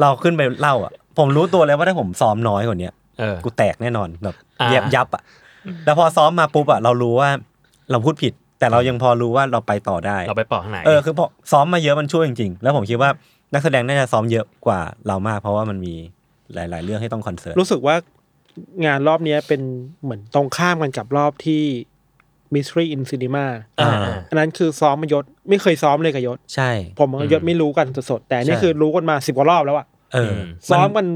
S5: เราขึ้นไปเล่าอ่ะ ผมรู้ตัวแล้วว่าถ้าผมซ้อมน้อยกว่าเนี้ย
S4: เออ
S5: กูแตกแน่นอนแบบ
S4: อ่า
S5: เย็บยับอ่ะแล้วพอซ้อมมาปุ๊บอ่ะเรารู้ว่าเราพูดผิด แต่เรายังพอรู้ว่าเราไปต่อได้
S4: เราไปปอกข้างไหน
S5: เออคือพอซ้อมมาเยอะมันช่วยจริงๆ แล้วผมคิดว่านักแสดงน่าจะซ้อมเยอะกว่าเรามาก เพราะว่ามันมีหลาย ๆ เรื่องให้ต้องคอนเสิร์ต
S3: รู้สึกว่างานรอบเนี้ยเป็นเหมือนตรงข้ามกันกับรอบที่ Mystery in Cinema
S4: อ่า
S3: อันนั้นคือซ้อมมายศไม่เคยซ้อมเลยกับยศ
S5: ใช่
S3: ผมกับยศไม่รู้กันสดๆแต่อันนี่
S5: ใช่
S3: คือรู้กันมาสิบกว่ารอบแล้วอะ
S5: เออ
S4: ม
S3: ซ้อมกัน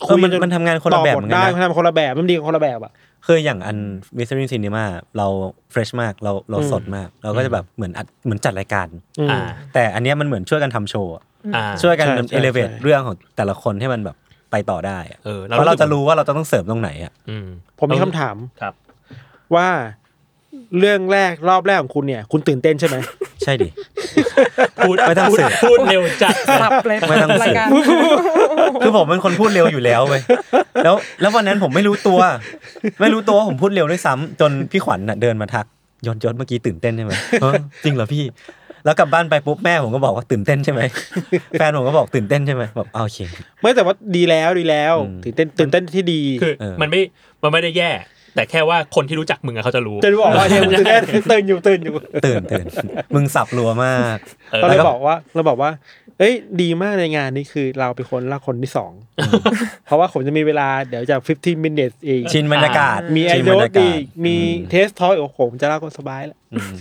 S5: เออมัน
S3: จ
S5: มันทำงานคนละแบบ
S3: ต่
S5: เห
S3: บ
S5: มือ
S3: ท
S5: นกั
S3: ได้
S5: น
S3: มัน
S5: นะ
S3: ทำคนละแบบมันดีกันคนละแบบอ่ะ
S5: คืออย่างอันมิสซิ่งซีนีมาเราเฟรชมากเราเรา
S3: อืม
S5: สดมาก เราก็จะแบบเหมือนอัดเหมือนจัดรายการ
S3: อืม
S4: อ่า
S5: แต่อันเนี้ยมันเหมือนช่วยกันทำโชว์อะ
S4: อ่า
S5: ช่วยกัน
S3: ใช่ใช่
S5: เอเลเวต
S3: ใช่ เ
S5: เรื่องของแต่ละคนให้มันแบบไปต่อได้อะ
S4: เออ
S5: เพราะเราจะรู้ว่าเราจะต้องเสริมตรงไหนอ่ะ
S4: อืม
S3: ผมมีคำถาม
S4: ครับ
S3: ว่าเรื่องแรกรอบแรกของคุณเนี่ย คุณตื่นเต้นใช่ไหม
S5: ใช่ดิ
S4: พูด
S5: ไม่ต้อง
S4: พูด
S5: เสือก
S4: พูดเร็วจัด
S6: สับเลย
S5: ไม่ต้องสืบ
S6: รายการ
S5: คือผมเป็นคนพูดเร็วอยู่แล้วเว้ยแล้วแล้ววันนั้นผมไม่รู้ตัว ไม่รู้ตัวว่าผมพูดเร็วด้วยซ้ำจนพี่ขวัญน่ะเดินมาทัก ย้อนย้อนเมื่อกี้ตื่นเต้นใช่ไหมเออจริงเหรอพี่ แล้วกลับบ้านไปปุ๊บแม่ผมก็บอกว่าตื่นเต้นใช่ไหม แฟนผมก็บอกตื่นเต้นใช่ไหมแบบอ่าโอเค
S3: ไม่แต่ว่าดีแล้วดีแล้ว
S5: อืม
S3: ตื่นเต้นตื่นเต้นที่ดี
S4: คือ
S5: เออ
S4: มันไม่มันไม่ได้แย่ แต่แค่ว่าคนที่รู้จักมึงอะเขาจะรู้
S3: จะรู้ออก ว่าเนี่ยตื่นเต้นตื่นอยู่ตื่นอยู่
S5: ตื่นตื่นมึงสับรัวมาก
S3: เราเลย
S5: แล้วก็
S3: บอกว่าเราบอกว่า เอ้ยดีมากในงานนี้คือเราเป็นคนละคนที่สองเพราะว่าผมจะมีเวลาเดี๋ยวจาก15 minutes อีก
S5: ชินบรรยากาศ
S3: มีไอ
S5: ชิน
S3: โด
S5: บรร
S3: ส
S5: ยากา
S3: อี
S5: ศ
S3: กมีเทสทอยโอ้โหผมจะเล่าก็สบายแล้ว
S5: อืม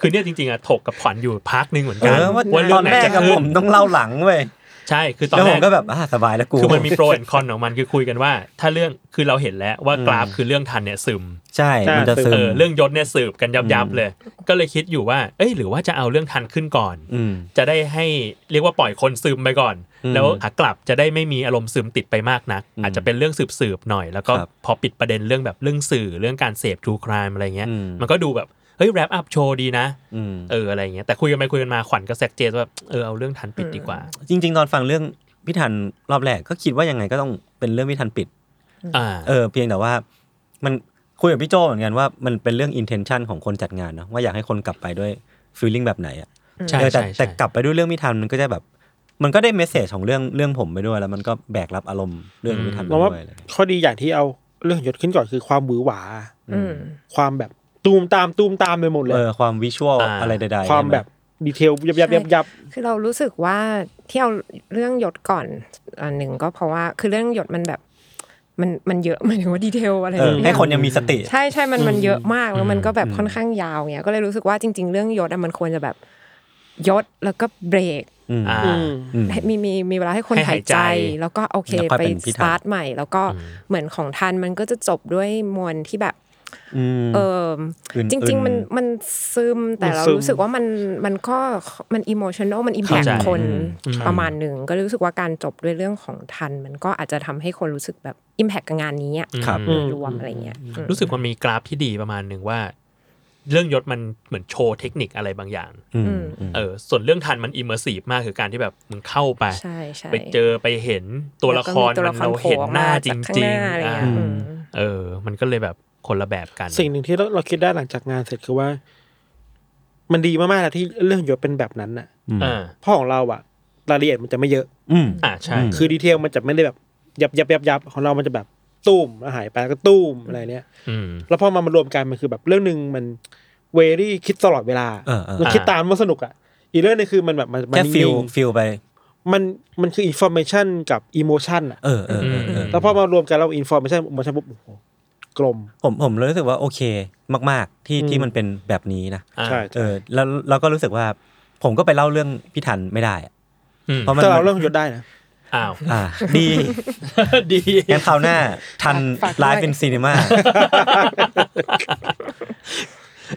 S4: คือเนี่ยจริงๆอะถกกับขวัญอยู่พักหนึ่งเหมือน
S5: เอ
S4: กัน
S5: อว่าต
S4: ว่าเรื่
S5: อ
S4: อ
S5: น
S4: งไหน
S5: แรก
S4: จะ
S5: กับผ
S4: ขึ้น
S5: มต้องเล่าหลังเว้ย
S4: ใช่คือตอน
S5: แล้ว
S4: แร
S5: ผม
S4: ก
S5: ก็แบบอ่าสบายแล้วกู
S4: คือมันมีโปรแอนคอนของมันคือคุยกันว่า ถ้าเรื่องคือเราเห็นแล้วว่ากราฟคือเรื่องทันเนี่ยซึม
S5: ใช่ มันจะซึม
S4: เออเรื่องยศเนี่ยสืบกันยับยับเลย ก็เลยคิดอยู่ว่า เอ้ยหรือว่าจะเอาเรื่องทันขึ้นก่อน
S5: อืม
S4: จะได้ให้เรียกว่าปล่อยคนซึมไปก่อน
S5: อืม
S4: แล้วขากลับจะได้ไม่มีอารมณ์ซึมติดไปมากนัก
S5: อืม
S4: อาจจะเป็นเรื่องสืบสืบๆหน่อย แล้วก็
S5: ครับ
S4: พอปิดประเด็นเรื่องแบบเรื่องสื่อเรื่องการเสพทูครามอะไรเงี้ย
S5: อืม
S4: มันก็ดูแบบเฮ้ยแรปอัพโชว์ดีนะ
S5: อืม
S4: เอออะไรเงี้ยแต่คุยกันไปคุยกันมาขวัญก็แซกเจนว่าเออเอาเรื่องทันปิดดีกว่า
S5: จริง ๆ ตอนฟังเรื่องพี่ทันรอบแรกก็คิดว่ายังไงก็ต้องเป็นเรื่องพี่ทันปิด
S4: อ่า
S5: เออเพียงแต่ว่ามันคุยกับพี่โจเหมือนกันว่ามันเป็นเรื่อง intention ของคนจัดงานเนาะว่าอยากให้คนกลับไปด้วย feeling แบบไหนอะ
S4: ใช่
S5: เออแต่
S4: ใช่ใช่
S5: แต่กลับไปด้วยเรื่องพี่ทันมันก็จะแบบ มันก็ได้เมสเซจของเรื่องเรื่องผมไปด้วยแล้วมันก็แบกรับอารมณ์เรื่องพี่ทันไป
S3: เราว่า
S5: ด้วยเลย
S3: ข้อดีอย่างที่เอาเรื่องยศขึ้นก่อนคือความหวือหวา
S6: อืม
S3: ความแบบตูมตามตูมตามไปหมดเล
S5: เอย อความวิชวล
S4: อ่า
S5: อะไรใดๆ
S3: ความ
S5: ใช่ไห
S3: แบบดีเทลยับยับ
S6: ใช่
S3: ยับยับ
S6: คือเรารู้สึกว่าที่เอาเรื่องหยดก่อนอันหนึ่งก็เพราะว่าคือเรื่องหยดมันแบบ มันมันเยอะ หมายถึงว่าดีเทลอะไร
S5: เออให้คนยังมีสติ
S6: ใช่ใช่มันมันเยอะมากแล้วมันก็แบบ
S5: อืม
S6: ค่อนข้างยาวเงี้ยก็เลยรู้สึกว่าจริง ๆ เรื่องหยดอะมันควรจะแบบยศแล้วก็เบรก
S5: อืม
S4: อ่า
S3: อืม
S5: อืม
S6: ให้มีมีมีเวลาให้คน
S4: ให้หา
S6: หาย ย
S4: ใจ
S6: ใจ แล้วก็โอเค
S5: แล้วค่อย
S6: ไป
S5: เป็นพิ
S6: ส
S5: ธา
S6: ตาร์ทใหม่ แล้วก็
S4: อืม
S6: เหมือนของทันมันก็จะจบด้วยมวลที่แบบ
S5: อืม
S6: เออ
S5: อื่นๆ
S6: จริง ๆ มันมันซึมแต่
S3: มัน
S6: เรา
S3: ซึม
S6: รู้สึกว่ามันมันก็มันอิโมชันอลมันอิมแพค
S4: เข้าใจ
S6: คน
S4: อืม
S6: ประมาณหนึ่งก็รู้สึกว่าการจบด้วยเรื่องของทัน มันก็อาจจะทำให้คนรู้สึกแบบอิมแพคกับงานนี้อะ
S5: ครับ
S6: โดยรวมอะไรเงี้ยอืม
S4: รู้สึกมันมีกราฟที่ดีประมาณหนึ่งว่า เรื่องยศมันเหมือนโชว์เทคนิคอะไรบางอย่าง
S5: อืม
S4: เออ ส่วนเรื่องทันมันอิมเมอร์ซีฟมากคือการที่แบบมึงเข้าไป
S6: ใช่ใช่
S4: ไปเจอไปเห็นตัวละคร
S6: แล้วก็มีตัวละ
S4: มัน
S6: คร
S4: เราเห็นหน้าจ
S6: โผล่ออก
S4: ริงๆ
S6: มาจากข้างหน้าอะไร
S4: อ่า
S6: เงี้ยอืม
S4: เออ มันก็เลยแบบคนละแบบกัน
S3: สิ่งหนึ่งที่เราเราคิดได้หลังจากงานเสร็จคือว่า มันดีมากๆนะที่เรื่องยศเป็นแบบนั้นน่ะ
S4: อ่า
S3: เพ่อของเราอะรายละเอียดมันจะไม่เยอะ
S5: อืม
S4: อ่าใช่
S5: อืม
S3: คือดีเทลมันจะไม่ได้แบบยับยับยับยับของเรามันจะแบบตุ้มแล้วหายไปแล้วก็ตุ้มอะไรเนี้ย
S4: อืม
S3: แล้วพอมามารวมกันมันคือแบบเรื่องหนึ่งมันเวรี่คิดตลอดเวลา
S5: เออเออ
S3: มันคิดตามมันสนุกอะอีกเรื่องหนึงคือมันแบบมันมัน
S5: แค่ฟิล
S3: นิ่ง
S5: ฟิลไป
S3: ๆมันมันคืออินโฟเมชันกับอิโมชันอะ
S5: เออเออเออเออ
S3: แล้วพอมารวมกันแล้วอินโฟเมชันอิโมชันปุ๊บโอ้โหกลม
S5: ผมผมเลยรู้สึกว่าโอเคมากๆที่
S3: อืม
S5: ที่มันเป็นแบบนี้นะ
S4: อ่า
S3: ใช่
S5: เออแล้วเราก็รู้สึกว่า ผมก็ไปเล่าเรื่องพี่ทันไม่ได้อะ
S4: อืม
S5: เพราะมัน
S3: แต่เราเรื่องยศได้นะ
S4: อ้าว
S5: อ่า ดี
S4: ดี
S5: งั้นคราวหน้า ทัน
S6: ฝากด้วย
S5: ไลฟ์เป็นซีนีมา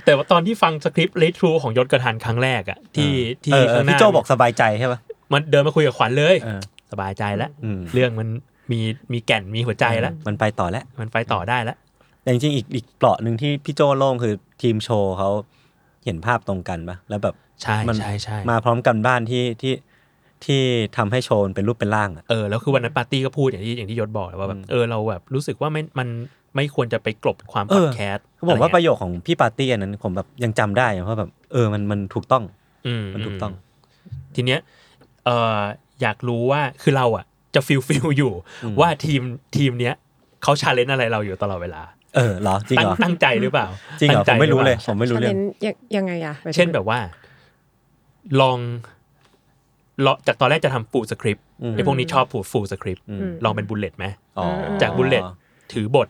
S4: แต่ว่าตอนที่ฟังสคริปต์เลทรูของยศกระทันครั้งแรกอะที่ที่
S5: เออเออ
S4: ข้างหน้า
S5: พี่โจบอกสบายใจใช่ป่ะ
S4: มันเดินมาคุยกับขวัญเลย
S5: เออ
S4: สบายใจแล้ว
S5: อืม
S4: เรื่องมันมีมีแก่นมีหัวใจแล้ว
S5: มันไปต่อแล้ว
S4: มันไปต่อได้แล้ว
S5: แต่จริงๆอีกอีกเปลาะหนึ่งที่พี่โจโล่งคือทีมโชว์เขาเห็นภาพตรงกันปะแล้วแบบ
S4: ใช่
S5: มั
S4: ใช่ใช่
S5: มาพร้อมกันบ้านที่ที่ที่ทำให้โชว์มันเป็นรูปเป็นร่างอ่ะ
S4: เออแล้วคือวันนั้นปาร์ตี้ก็พูดอย่างที่อย่างที่ยศบอกเลยว่าแบบเออเราแบบรู้สึกว่าไม่มันไม่ควรจะไปกลบความ
S5: เอ
S4: พ
S5: อ
S4: อดแคสต์
S5: เขาบอกว่าป
S4: ะไร
S5: ระ
S4: เงี้ย
S5: โยคของพี่ปาร์ตี้อันนั้น ผมแบบยังจำได้อะเพราะแบบเออมันมันถูกต้อง
S4: อื
S5: มันถูกต้อง
S4: ทีเนี้ยเอออยากรู้ว่าคือเราอ่ะจะฟิลฟิลอยู่ว่าทีมทีมเนี้ยเขาชาเลนจ์อะไรเราอยู่ตลอดเวลา
S5: เออเหรอจริง
S4: ตั้
S5: เห
S4: ง
S5: รอ
S4: ตั้งใจหรือเปล่า
S5: จริงเหรอผ
S4: ตั้
S5: ม
S4: ใ
S5: ไม่รู้เลย
S4: หอ
S5: ผมไม่รู้เรื่อง
S6: Challenge ยังยังไงอะหมา
S4: ปาย
S6: ถึง
S4: เช่นแบบว่า ลองลองจากตอนแรกจะทำฟูลสคริปต์
S5: อืม
S4: ไอ้พวกนี้ชอบฟูลฟูลสคริปต์
S5: อืม
S4: ลองเป็นบุลเลตไหม
S5: อ๋อ
S4: จากบุลเลตถือบท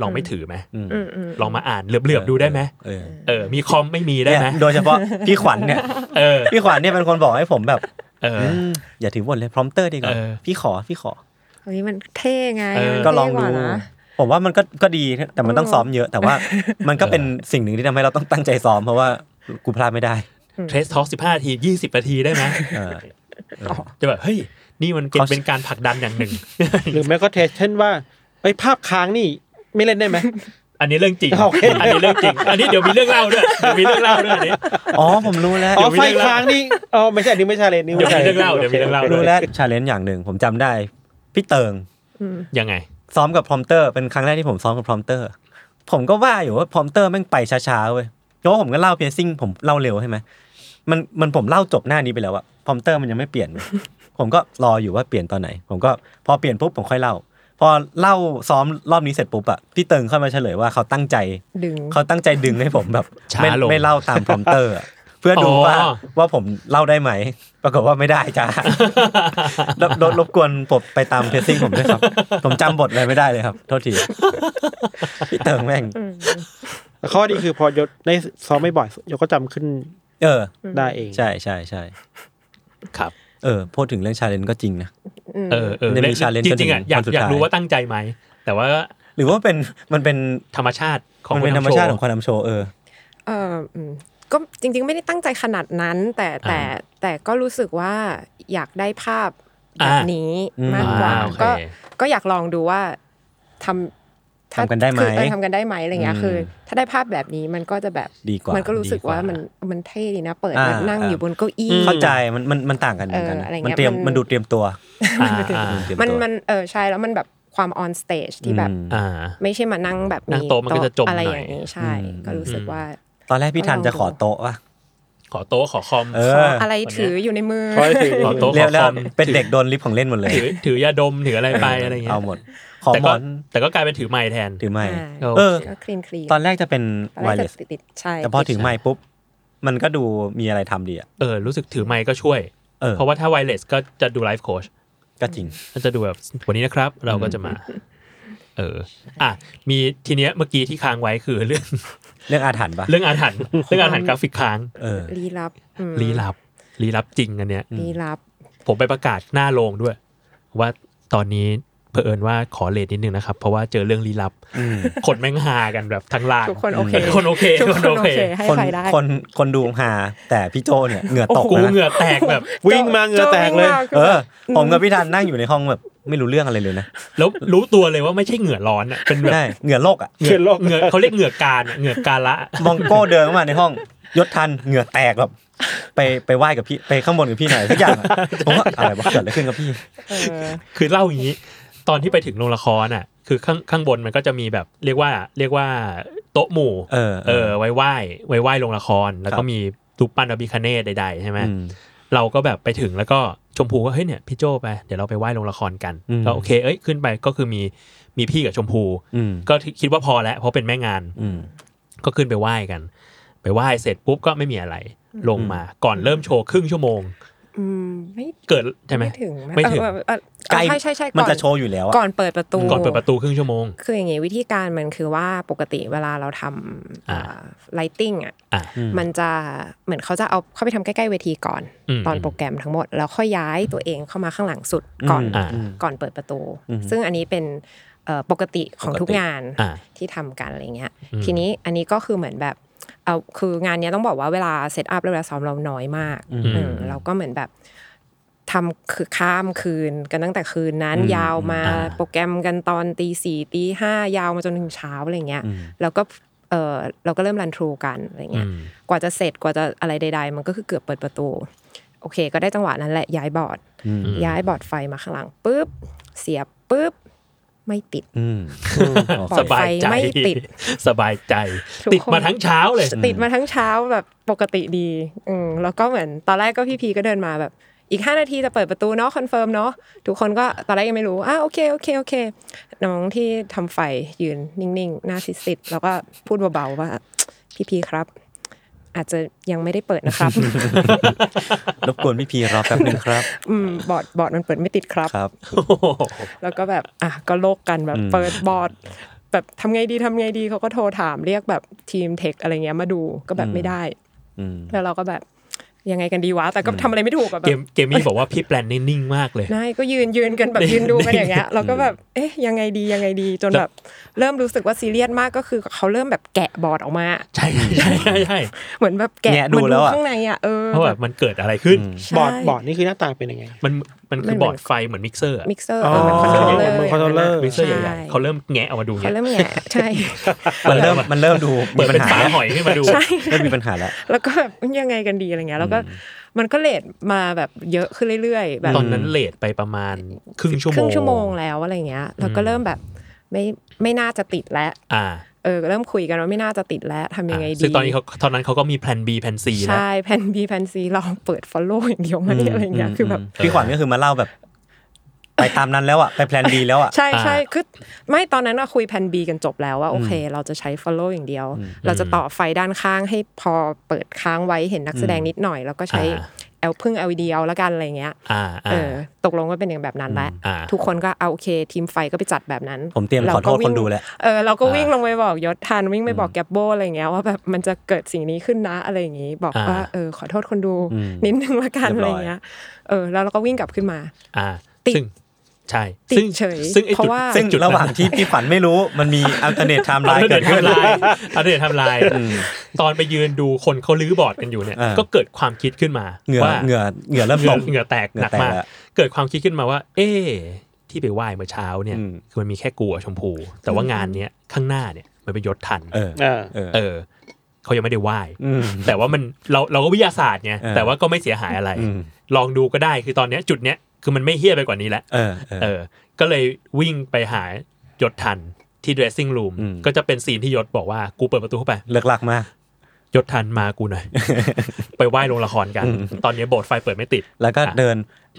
S4: ลองไม่ถือไหม
S5: อืม
S6: อืมอืม
S4: ลองมาอ่านเหลือบๆดูได้ไหม
S5: เออ
S4: เออ มีคอมไม่มีได้ไหม
S5: เนี่ยโดยเฉพาะ พี่ขวัญเนี่ย
S4: เออ
S5: พี่ขวัญเนี่ยเป็นคนบอกให้ผมแบบ
S4: เออ
S5: มอย่าถือบทเลยพร้อมเตอร์ดีกว่า
S4: เออ
S5: พี่ขอพี่ขอ
S6: เฮ้ยมันเท่ไง
S4: เออ
S6: มัน
S5: ก็
S6: เท่
S5: ลอง
S6: ก
S5: ดู
S6: ว่านะ
S5: ผมว่ามันก็ก็ดีแต่มันต้องซ้อมเยอะแต่ว่า มันก็เป็นสิ่งหนึ่งที่ทำให้เราต้องตั้งใจซ้อมเพราะว่ากูพลาดไม่ได้
S4: เทสท็อกสิบห้าทียี่สิบนาทีได้ไหม
S5: เออ
S4: จะแบบ เฮ้ย นี่มันเป็น
S5: เขา
S4: เป็นการผลักดันอย่างหนึ่ง
S3: หรือแม้ก็เทสเช่นว่าไอ้ยภาพค้างนี่ไม่เล่นได้ไหม
S4: อันนี้เรื่องจริง
S3: โอเค
S4: อันนี้เรื่องจริง อันนี้เดี๋ยวมีเรื่องเล่าด้วยเดี๋ยวมีเรื่องเล่าด้วยอันนี้
S5: อ๋อผมรู้แล้ว
S3: อ๋อไฟค้างนี่อ๋อไม่ใช่อันนี้ไม่ใช่เลยนี่
S4: เดี๋ยว
S3: ไม่ใช่
S4: มีเรื่องเล่าเดี๋ยวมีเรื่องเล่า
S5: รู้แล้วชาเลนจ์อย่างหนึ่งผมจำได้พี่เติง
S4: ยังไง
S5: ซ้อมกับพรอมเตอร์เป็นครั้งแรกที่ผมซ้อมกับพรอมเตอร์ ผมก็ว่าอยู่ว่าพรอมเตอร์แม่งไปช้าๆเว้ย ก็ผมก็เล่าเพียซิ่งผมเล่าเร็วใช่ไหมมันมันผมเล่าจบหน้านี้ไปแล้วอะพอมเตอร์มันยังไม่เปลี่ยน ผมก็รออยู่ว่าเปลี่ยนตอนไหน ผมก็พอเปลี่ยนปุ๊บผมค่อยเล่า พอเล่าซ้อมรอบนี้เสร็จปุ๊บอะพี่เติงเข้ามาเฉลยว่าเขาตั้งใจ
S6: ดึง
S5: เขาตั้งใจดึงให้ผมแบบ
S4: ช้า
S5: ไม่
S4: ลง
S5: ไม่เล่าตามพรอมเตอร์ อะเพื่อดู
S4: อ๋อ
S5: ว่าว่าผมเล่าได้ไหม ปรากฏว่าไม่ได้ จ้า รบรบรบกวนผมไปตามเพซซิ่งผมด้วยครับ ผมจำบทอะไรไม่ได้เลยครับ โทษที พี่เติงแม่ง
S3: แต่ข้อดีคือพอยศได้ซ้อมไม่บ่อยยศก็จำขึ้น
S5: เออ
S3: ได้เอง
S5: ใช่ใช่ใช่
S4: ครับ
S5: เออ พูดถึงเรื่องชาเลนจ์ก็จริงนะ
S4: เออเออ
S5: มันจะมี
S4: และ
S5: challenge
S4: จริงๆอ่ะ
S5: จนถึง
S4: อยาก
S5: วันสุด
S4: อยาก
S5: ท้าย
S4: รู้ว่าตั้งใจไหม แต่ว่า
S5: หรือว่าเป็นมันเป็น
S4: ธรรมชาติของ
S5: มันเป็นธรรมชาติของคนทำโชว์เออ
S6: เอออืมก็จริง ๆ ไม่ได้ตั้งใจขนาดนั้น แต่แต่แต่ก็รู้สึกว่าอยากได้ภาพแบบนี้
S5: อ่าม
S6: มากกว่า
S4: อ่โอเค
S6: ก็ก็อยากลองดูว่าทำถ้า
S5: ทำกันได้ไหม
S6: คือเออทำกันได้ไหมอะไรเงี้ย
S5: อืม
S6: คือ ถ้าได้ภาพแบบนี้มันก็จะแบบ
S5: ดีกว่ามัน
S6: ก็รู้สึกว่ามันมันเท่ดีนะ เปิด
S5: อ่า
S6: แบบนั่งอยู่
S5: อ่า
S6: บนเก้าอี้
S5: เข้าใจมันมันมันต่างกันเหมือนกันนะ
S6: เอออะไรเงี้
S5: มัน
S6: ย
S5: เตรียม
S6: มัน
S5: มันดูเตรียมตัว
S4: อ่าอ่า
S5: เตรีย
S6: มัน
S5: ตัว
S6: มันเออใช่แล้วมันแบบความออนสเตจที่แบบ
S5: อืม
S4: อ่า
S6: ไม่ใช่มานั่งแบบ
S4: นั่งโต๊ะมันก็จะจม
S6: อะไร
S4: หน่อย
S6: อย่างนี้ใช่ ก็รู้สึกว่า
S5: ตอนแรกพี่ทันจะขอโต๊ะวะ
S4: ขอโต๊ะขอคอม
S5: เอ
S6: ขออะไรถืออยู่ในมือ
S3: ข้อที่
S4: ขอโต๊ะ
S5: เรียกแล้ว
S4: คอม
S5: เป็นเด็กโดนลิฟต์ของเล่นหมดเลย
S4: ถือถือยาดมถืออะไรไปอะไรเงี้ย
S5: เอาหมด ขอ
S4: แต่
S5: หม
S4: ก็
S5: อน
S4: แต่ก็กลายเป็นถือไม้แทน
S5: ถือไม่
S6: อ่า
S5: เออ
S6: ก็คลีนคลีน
S5: ตอนแรกจะเป็นไวเลส
S6: ติดติดๆใช่
S5: แต่พอถือไม่ปุ๊บ มันก็ดูมีอะไรทำดีอ่ะ
S4: เออรู้สึกถือไมค์ก็ช่วย
S5: เออ
S4: เพราะว่าถ้าไวเลสก็จะดูไลฟ์โค้ช
S5: ก็จริง
S4: ก็จะดูแบบวันนี้นะครับ เราก็จะมา เออ อ่ะ มีทีเนี้ยเมื่อกี้ที่ค้างไว้คือเรื่อง
S5: เรื่องอาถรรพ์ปะ
S4: เรื่องอาถรรพ์เรื่องอาถรรพ์กราฟิกค้าง
S5: เออ
S6: ลี้ลับอืม
S4: ลี้ลับลี้ลับจริงอันเนี้ย
S6: ลี้ลับ
S4: ผมไปประกาศหน้าโรงด้วย ว่าตอนนี้เผอิญว่าขอเลทนิดนึงนะครับ เพราะว่าเจอเรื่องลี้ลับคนแม่งฮากันแบบทั้งลาน
S6: ทุกคนโอเค
S4: คนโอเค
S6: ทุก
S4: คน
S6: คน
S4: โอ
S6: โอ
S4: เค
S6: เคให้
S5: คน
S6: ใครได้
S5: คนคนดูหาแต่พี่โจ เนี่ยเหงื่อตก
S4: กู
S5: แล้วนะ
S4: เหงื่อแตกแบบ
S3: วิ่งมาเหงือแตกเลย
S5: เออผมกับพี่ทันนั่งอยู่ในห้องแบบไม่รู้เรื่องอะไรเลยนะ
S4: แล้วรู้ตัวเลยว่าไม่ใช่เหงื่อร้อนอ่ะเป็นแบบ
S5: ใช่เหงื่อโลกอ่ะ
S4: เหงื่อเหงื่อเขาเรียกเหงื่อการอะเหงื่อการละ
S5: มองโก้เดินเข้ามาในห้องยศทันเหงื่อแตกแบบไปไปไหว้กับพี่ไปข้างบนกับพี่หน่อยสักอย่างอะผมว่าอะไรวะเกิดอะไรขึ้นกับพี่
S6: เออ
S4: คือเล่าอย่างนี้ ตอนที่ไปถึงโรงละครน่ะ คือข้างข้างบนมันก็จะมีแบบเรียกว่าเรียกว่าโต๊ะหมู่
S5: เออเออ
S4: เออไว้ไหว้ไว้ไหว้โรงละคร แล้ว
S5: ครั
S4: ก็
S5: บ
S4: มีรูปปั้นอบิคเนตใดๆใช่ไหม
S5: อืม
S4: เราก็แบบไปถึงแล้วก็ชมพูก็เฮ้ยเนี่ยพี่โจไปเดี๋ยวเราไปไหว้โรงละครกัน
S5: อืม
S4: ก็โอเคเอ้ยขึ้นไปก็คือมีมีพี่กับชมพู
S5: อืม
S4: ก็คิดว่าพอแล้วเพราะเป็นแม่งาน
S5: อืม
S4: ก็ขึ้นไปไหว้กัน ไปไหว้เสร็จปุ๊บก็ไม่มีอะไร ลงมาก่อนเริ่มโชว์ครึ่งชั่วโมง
S6: อืมไม่
S4: เกิดใช่ไหม
S6: ไม่ถึงนะ
S4: ไม่ถึง
S6: เออเออเออ
S5: ใกล้
S6: ใช่ใช่ใช่
S5: มัน
S6: ก่อ
S5: จะโชว์อยู่แล้วอะ
S6: ก่อนเปิดประตู
S4: ก่อนเปิดประตูครึ่งชั่วโมง
S6: คืออย่างงี้วิธีการมันคือว่าปกติเวลาเราท
S4: อ่า
S6: ำไลติงอ่ะ
S4: อ่า
S6: มันจะเหมือนเขาจะเอาเข้าไปทำใกล้ๆเวทีก่อน
S4: อืม
S6: ตอนโปรแกรมทั้งหมด แล้วค่อยย้ายตัวเองเข้ามาข้างหลังสุดก่อน
S4: อ่า
S6: ก่อนเปิดประตู ซึ่งอันนี้เป็นเอ่อปกติของทุก
S5: ปกติ
S6: งาน
S4: อ่า
S6: ที่ทำกันอะไรเงี้ยทีนี้อันนี้ก็คือเหมือนแบบเอาคืองานเนี้ยต้องบอกว่าเวลาเซตอัพและเวลาซ้อมเราน้อยมากเออเราก็เหมือนแบบ ทำคือข้ามคืนกันตั้งแต่คืนนั้นยาวมา
S4: อ่า
S6: โปรแกรมกันตอนตีสี่ตีห้ายาวมาจนถึงเช้าอะไรเงี้ยแล้วก็เออเราก็เริ่มรันทรูกันอะไรเงี้ยกว่าจะเสร็จกว่าจะอะไรใด ๆ มันก็คือเกือบเปิดประตู โอเค ก็ได้จังหวะนั้นแหละย้ายบอร์ด ย้ายบอร์ดไฟมาข้างหลังปุ๊บเสียบปุ๊บไม่ ติด
S5: อืมโอเค
S4: สบายใจ
S6: ปล่อยไฟไม่ติด
S4: สบายใจ
S6: ทุกคน
S4: ติดมาทั้งเช้าเลย
S6: ติดมาทั้งเช้าแบบปกติดีอืมแล้วก็เหมือนตอนแรกก็พี่พีก็เดินมาแบบ อีก 5 นาทีจะเปิดประตูเนาะคอนเฟิร์มเนาะทุกคนก็ตอนแรกยังไม่รู้อ้าวโอเคโอเคโอเค น้องที่ทำไฟยืนนิ่งๆ หน้าซิดซิดแล้วก็พูดเบาๆว่า พี่พีครับ อาจจะยังไม่ได้เปิด นะครับ
S5: รบกวนพี่พีรอแป๊บนึงครับ
S6: อืมบอร์ดบอร์ดมันเปิดไม่ติดครับ
S5: ครับ
S6: แล้วก็แบบอ่ะก็โลกกันแบบเปิดบอร์ด แบบทำไงดีทำไงดีเขาก็โทรถามเรียกแบบทีมเทคอะไรเงี้ยมาดูก็แบบไม่ได้
S5: อืม
S6: แล้วเราก็แบบยังไงกันดีวะ แต่ก็ทำอะไรไม่ถูกอะแบ
S4: เก
S6: บ
S4: มเกมมี่บอกว่าพี่แปลนนี่นิ่งมากเลย
S6: นายก็ยืนยืนกันแบบยืนดูกันอย่างเงี้ยเราก็แบบเอ๊ะยังไงดียังไงดีจนแบบเริ่มรู้สึกว่าซีเรียสมากก็คือเขาเริ่มแบบแกะบอร์ดออกมา
S4: ใช่ใช่ใช่ใช่
S6: เหมือนแบบแกะ
S5: แงะดู
S6: เหมือน
S5: แล้วอะ
S6: ข้างในอะเออ
S4: เพราะแบบมันเกิดอะไรขึ้น
S6: ใช่
S3: บอร์ดบอร์ดนี่คือหน้าตาเป็นยังไง
S4: มันมันคือบอร์ดไฟเหมือนมิกเซอร์
S6: มิกเซอร์
S3: อ๋อ
S6: เออมันคอนโทรลเลอร์
S3: เหมือนคอนโทรลเลอร์
S4: มิกเซอร์ใหญ่
S6: ช่
S4: ๆเขาเริ่มแงะออกมาดู
S6: เขา
S4: เงี้ย
S6: เริ่มแงะใช่
S5: มันเริ่มมันเริ่มดู
S4: เปิ
S5: มี
S4: ด
S5: ปัญ
S4: เป็น
S5: หา
S4: ฝา
S5: แล้ว
S4: หอยขึ้นมาดู
S6: ใช่
S5: เริ่มมีปัญหาแล้ว
S6: แล้วก็แบบยังไงกันดีอะไรเงี้ยแล้วก็มันก็เลทมาแบบเยอะขึ้นเรื่อยๆแบบ
S4: ตอนนั้นเลทไปประมาณครึ่งชั่ว
S6: ค
S4: โมง
S6: รึ่งชั่วโมงแล้วอะไรเงี้ย แล้วก็เริ่มแบบไม่ไม่น่าจะติดแล้ว
S4: อ่า
S6: เ เออเริ่มคุยกันว่าไม่น่าจะติดแล้วทำยังไงดี
S4: ซึ่งตอนนี้เขาตอนนั้นเขาก็มีแผน B แผน C แล้ว
S6: ใช่แผ่น B แผ่น C เราเปิด follow อย่างเดียวไหมอะไรเงี้ยคือแบบ
S5: พี่ขวัญก็คือมาเล่าแบบ ไปตามนั้นแล้วอ่ะ ไปแพลนดีแล้วอ่ะ
S6: ใช่ใช่
S4: อ่า
S6: คือไม่ตอนนั้นอะคุยแผ่น B กันจบแล้วว่าโอเค เราจะใช้ follow อย่างเดียว เราจะต่อไฟด้านข้างให้พอเปิดค้างไว้เห็นนักแสดงนิดหน่อย แล้วก็ใช้แอลพึ่ง LED เอาละกันอะไรเงี้ย
S4: อ่า
S6: เอ
S4: อ่า
S6: อตกลงว่าเป็นอย่างแบบนั้นแหละ
S4: อ่า
S6: ทุกคนก็เอาโอเค ทีมไฟก็ไปจัดแบบนั้น
S5: ผมเตรียม
S6: รา
S5: ขอโท
S6: ก็
S5: ษคน
S6: ง
S5: ดูแล้ว
S6: เออเราก็วิ่งลงไปบอกยศทันวิ่งไปบอกแกบโบอะไรเงี้ยว่าแบบมันจะเกิดสิ่งนี้ขึ้นนะอะไรอย่างงี้ บอกว่าเออขอโทษคนดูนิดนึงละกันอะไรเงี้ยเออแล้วเราก็วิ่งกลับขึ้นมา
S4: อ่า
S6: ติด
S4: ซึ่งใช่
S6: ติด
S4: ซึ่ง
S6: เฉย
S4: ซึ่งไอ้จุ
S6: เพ
S4: ด
S6: ราะว่า
S5: ซึ่ง
S4: จุด
S5: ระหว่างที่พี่ขวัญไม่รู้มันมีอัลเทอร์เนทไทม์ไล
S4: เอา
S5: น์
S4: เดิ
S5: เกิ
S4: น
S5: ดขึ้น
S4: ทำลายเอาเดินทำลายตอนไปยืนดูคนเขาลื้อบอร์ดกันอยู่เนี่ย
S5: อ่า
S4: ก็เกิดความคิดขึ้นมา
S5: เหงื่อ
S4: ว่า
S5: เหงื่อเหงื่อเริ่ม
S4: เห
S5: ต
S4: งื่อก เหงื่อแตก
S5: เหงื่
S4: ห
S5: อ
S4: นั
S5: ก แตก
S4: มาก
S5: แล้ว
S4: เกิดความคิดขึ้นมาว่า เอ๊ะที่ไปไหว้เมื่อเช้าเนี่ย
S5: อืม
S4: คือมันมีแค่กลัวชมพู แต่ว่างานเนี้ยข้างหน้าเนี่ยมันเป็นยศทัน
S5: เออ
S3: อ่า
S5: เออ
S4: เออเขายังไม่ได้ไหว้
S5: อืม
S4: แต่ว่ามันเราเราก็วิทยาศาสตร์ไง
S5: เออ
S4: แต่ว่าก็ไม่เสียหายอะไร
S5: อืม
S4: ลองดูก็ได้คือตอนเนี้ยจุดเนี้ยคือมันไม่เฮี้ยไปกว่านี้แล้ว
S5: เออเออ
S4: เออ ก็เลยวิ่งไปหาหยดทันที่ dressing room
S5: อืม
S4: ก็จะเป็นซีนที่ยศบอกว่ากูเปิดประตูเข้าไป
S5: เลิกลักมาก
S4: ยศทันมากูหน่อย ไปไหว้โรงละครกัน ตอนนี้โบสถ์ไฟเปิดไม่ติด
S5: แล้วก็
S4: อ่ะ
S5: เดิน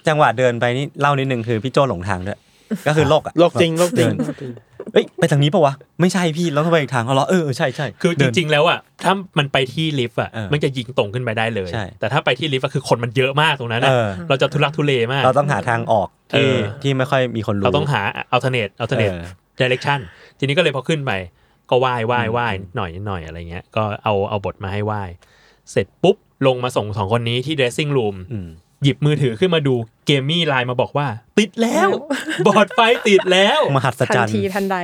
S5: จังหวะเดินไปนี่เล่านิดนึงคือพี่โจหลงทางด้วยก็คือโลกอะ
S3: โลกจริงโลกจริง
S5: เดินเอ้ยไปทางนี้ปะวะไม่ใช่พี่แล้วก็ไปอีกทางเอาเหรอเออเออใช่ใช่
S4: คือจ
S5: เดิน
S4: ริง ๆ แล้วอ่ะถ้ามันไปที่ลิฟต์อ่ะ
S5: เออ
S4: มันจะยิงตรงขึ้นไปได้เลย
S5: ใช่
S4: แต่ถ้าไปที่ลิฟต์อะคือคนมันเยอะมากตรงนั้นอะ
S5: เออ
S4: เราจะทุลักทุเลมาก
S5: เราต้องหาทางออก
S4: เอ
S5: ที่
S4: อ
S5: ที่ไม่ค่อยมีคนรู้
S4: เราต้องหา alternate alternate
S5: เออ
S4: direction ทีนี้ก็เลยพอขึ้นไป ก็ไหว้ไหว้ไหว้หน่อยหน่อยอะไรเงี้ย ก็เอาเอาบทมาให้ไหว้ เสร็จปุ๊บ ลงมาส่งสองคนนี้ที่ dressing room
S5: อืม
S4: หยิบมือถือขึ้นมาดูเกมมี่ไลน์มาบอกว่า ติดแล้ว บอร์ดไฟติดแล้ว
S5: มหัศ
S6: ทั
S5: จร
S6: น
S5: รย์
S6: ทีทันใด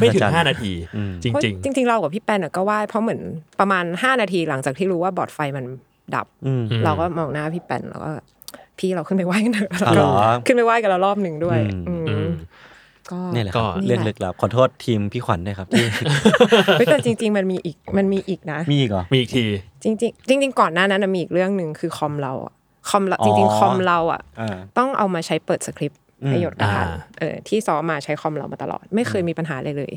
S4: ไม่ถึ
S5: หัศ
S4: ง
S5: จรรย์
S4: ห้านาที
S5: อืม
S4: จริง
S6: จริงๆ เรากับพี่แปนน่ะก็ไหว้เพราะเหมือนประมาณ 5 นาทีหลังจากที่รู้ว่าบอร์ดไฟมันดับ
S5: อืม
S4: อืม
S6: เราก็มองหน้าพี่แปนแล้วก็พี่เราขึ้นไปไหว้กันเถอะ
S5: อ๋อเหรอ
S6: แล้วก็ขึ้นไปไหว้กันแล้วรอบหนึ่งด้วย
S5: อืม
S6: อืม
S4: ๆอืม
S6: ก็
S5: เนี่ยแหละค
S4: ก็
S5: รับเรื่องลึกลับขอโทษทีมพี่ขวัญด้วยครับที่
S6: เฮ้ยแต่จริง ๆ มันมีอีกมันมีอีกนะ
S5: มีอีกเหรอ
S4: มีอีกที
S6: จริง ๆ จริง ๆ ก่อนหน้านั้นนะมีอีกเรื่องหนึ่งคือคอมเราอะคอมเรา
S5: อ๋อ
S6: จริงๆ คอมเราอะ
S5: อ่า
S6: ต้องเอามาใช้เปิดสคริปต์
S5: อืม
S6: ในหยดกระทาน
S4: อ่า
S6: เออที่ซ้อมมาใช้คอมเรามาตลอด ไม่เคยมีปัญหาเลยเลย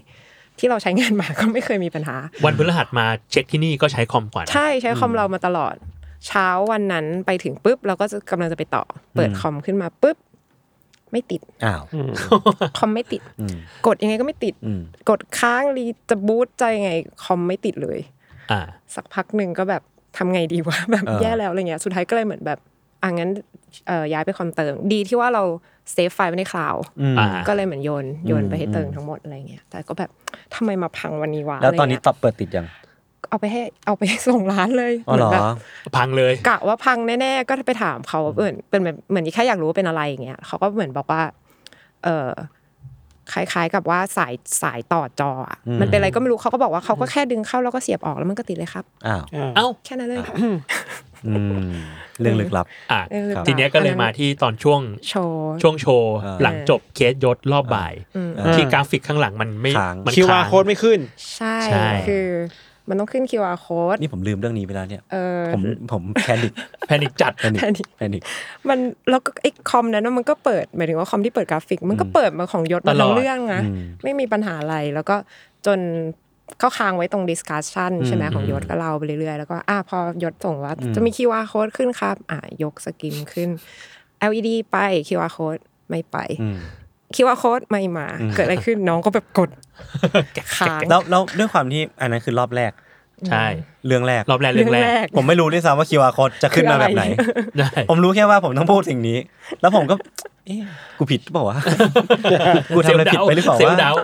S6: ที่เราใช้งานมาก็ไม่เคยมีปัญหา
S4: วันพฤหัสมาเช็คที่นี่ก็ใช้คอมขวัญ
S6: ใช่ใช้คอมเรามาตลอด เช้าวันนั้นไปถึงปุ๊บ เราก็จะกำลังจะไปต่อ เปิดคอมขึ้นมาปุ๊บ ไม่ติด
S5: อ้าว
S6: คอมไม่ติด กดยังไงก็ไม่ติด
S5: อืม
S6: กดค้างรีจะบูตจะยังไงคอมไม่ติดเลย
S4: อ่า
S6: สักพักหนึ่งก็แบบทำไงดีวะ แบบ
S5: เออ
S6: แย่แล้วอะไรเงี้ยสุดท้ายก็เลยเหมือนแบบอ่ะงั้นเอ่อย้ายไปคอมเติงดีที่ว่าเราเซฟไฟล์ไว้ในคลาวด์
S5: อืม
S4: อ่า
S6: ก็เลยเหมือนโยนโยนไปให้เติงทั้งหมดอะไรเงี้ยแต่ก็แบบทำไมมาพังวันนี้วะ
S5: แล้วตอน
S6: อะไร
S5: นี้
S6: เงี้ย
S5: ตอบเปิดติดยัง
S6: เอาไปให้เอาไปให้ส่งร้านเลย
S5: อ๋อเหรอ
S6: มืนแบบ
S4: พังเลย
S6: กะว่าพังแน่ๆ ก็ไปถามเขาเหมือนเป็นแบบเหมือนแค่อยากรู้ว่าเป็นอะไรอย่างเงี้ยเขาก็เหมือนบอกว่า เออคล้าย ๆ กับว่าสายสายต่อจออะมันเป็นอะไรก็ไม่รู้เขาก็บอกว่าเขาก็แค่ดึงเข้าแล้วก็เสียบออกแล้วมันก็ติดเลยครับ
S5: อ้าว
S3: อ่า
S4: เอ้า
S6: แค่นั้นเลย
S5: อืมเรื่องลึกลับ
S4: อ่ะ
S6: เออ
S4: ทีเนี้ยก็เลยมาที่ตอนช่วง
S6: โชว์
S4: ช่วงโชว์
S5: อ่า
S4: หลังจบเคสยศรอบบ่าย
S3: อ่า
S4: ที่กราฟิกข้างหลังมันไม่
S5: ค้าง
S4: มัน
S3: คิวอา
S4: ค้าง
S3: โค้ดไม่ขึ้น
S6: ใช่
S4: ใช่
S6: คือ มันต้องขึ้น QR code
S5: นี่ผมลืมเรื่องนี้ไปแล้วเนี่ย
S6: เออ
S5: ผมผมแพนิค
S4: แพนิคจัด
S5: แพนิค
S6: แพนิค
S5: แพนิค
S6: มันแล้วก็ไอ้คอมนั้นน่ะมันก็เปิดหมายถึงว่าคอมที่เปิดกราฟิก มันก็เปิดมาของยศมา
S4: ตลอด
S6: ทั้งเรื่องนะไม่มีปัญหาอะไรแล้วก็จนเขาค้างไว้ตรง discussion ใช่ไหมของยศก็เล่าไปเรื่อยๆ แล้วก็อ่ะพอยศส่งว่า จะมี QR code ขึ้นครับ อ่ะยกสกินขึ้น LED ไป QR code ไม่ไป QR code ไม่มา เกิดอะไรขึ้นน้องก็แบบกดค้าง
S5: แล้วแล้วด้วยความที่อันนั้นคือรอบแรก
S4: ใช่
S5: เรื่องแรก
S4: รอบแรกเรื่องแรก
S5: ผมไม่รู้ด้วยซ้ำว่า QR code จะขึ้นมาแบบไหน
S4: ได้
S5: ผมรู้แค่ว่าผมต้องพูดสิ่งนี้ แล้วผมก็ เอ๊ะกูผิดเปล่าวะ กูทำอะไรผิดไปหรือเปล่า
S4: เซล
S5: วะ
S4: ล์ดาว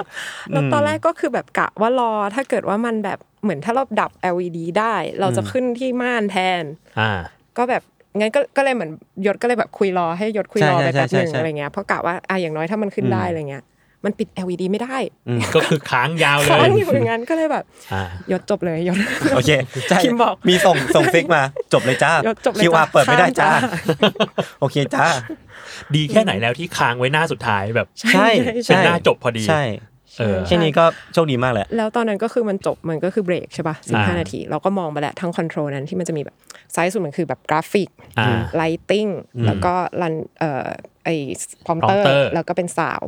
S6: แล้วตอนแรกก็คือแบบกะว่ารอถ้าเกิดว่ามันแบบเหมือนถ้าเราดับ LED ได้ เราจะขึ้นที่ม่านแทน
S4: อ่า
S6: ก็แบบงั้นก็ก็เลยเหมือนยศก็เลยแบบคุยรอให้ยศคุยรอ
S5: ใช่
S6: ไป
S5: ใช่
S6: แป๊บหนึ่ง
S5: ใช่ใช่
S6: อะไรเงี้ยเพราะกะว่าอ่ะอย่างน้อยถ้ามันขึ้นได้อะไรเงี้ยมันปิด LED ไม่ได้
S4: ก็คือค้างยาวเล
S6: ค้าง
S4: ย
S6: อยู่อย่างนั้นก็เลยแบบ
S4: อ่า
S6: ยศจบเลยยศ
S5: โอเคใช่
S6: คิมบอก
S5: มีส่งส่งซิกมา จบเลยจ้า
S6: จบเลยจ้า
S5: QR เปิดไม่ได้จ้า
S6: ข้ามจ้
S5: โอเคจ้า
S4: ดีแค่ไหนแล้วที่ค้างไว้หน้าสุดท้ายแบบ
S5: ใช่ใช่
S4: เป็นหน้าจบพอดี
S5: ใช่
S4: เออ
S5: แค่นี้ก็โชคดีมากแหละ
S6: แล้วตอนนั้นก็คือมันจบมันก็คือเบรกใช่ป่ะสิบห้า
S4: อ่า
S6: นาที เราก็มองไปแล้วทั้งคอนโทรลนั้นที่มันจะมีแบบซ้ายสุดมันคือแบบกราฟิก
S4: อ่า
S6: ไลติ้งแล้วก็รันเอ่อ ไอ้พอมเตอร์
S4: prompter
S6: แล้วก็เป็นสาว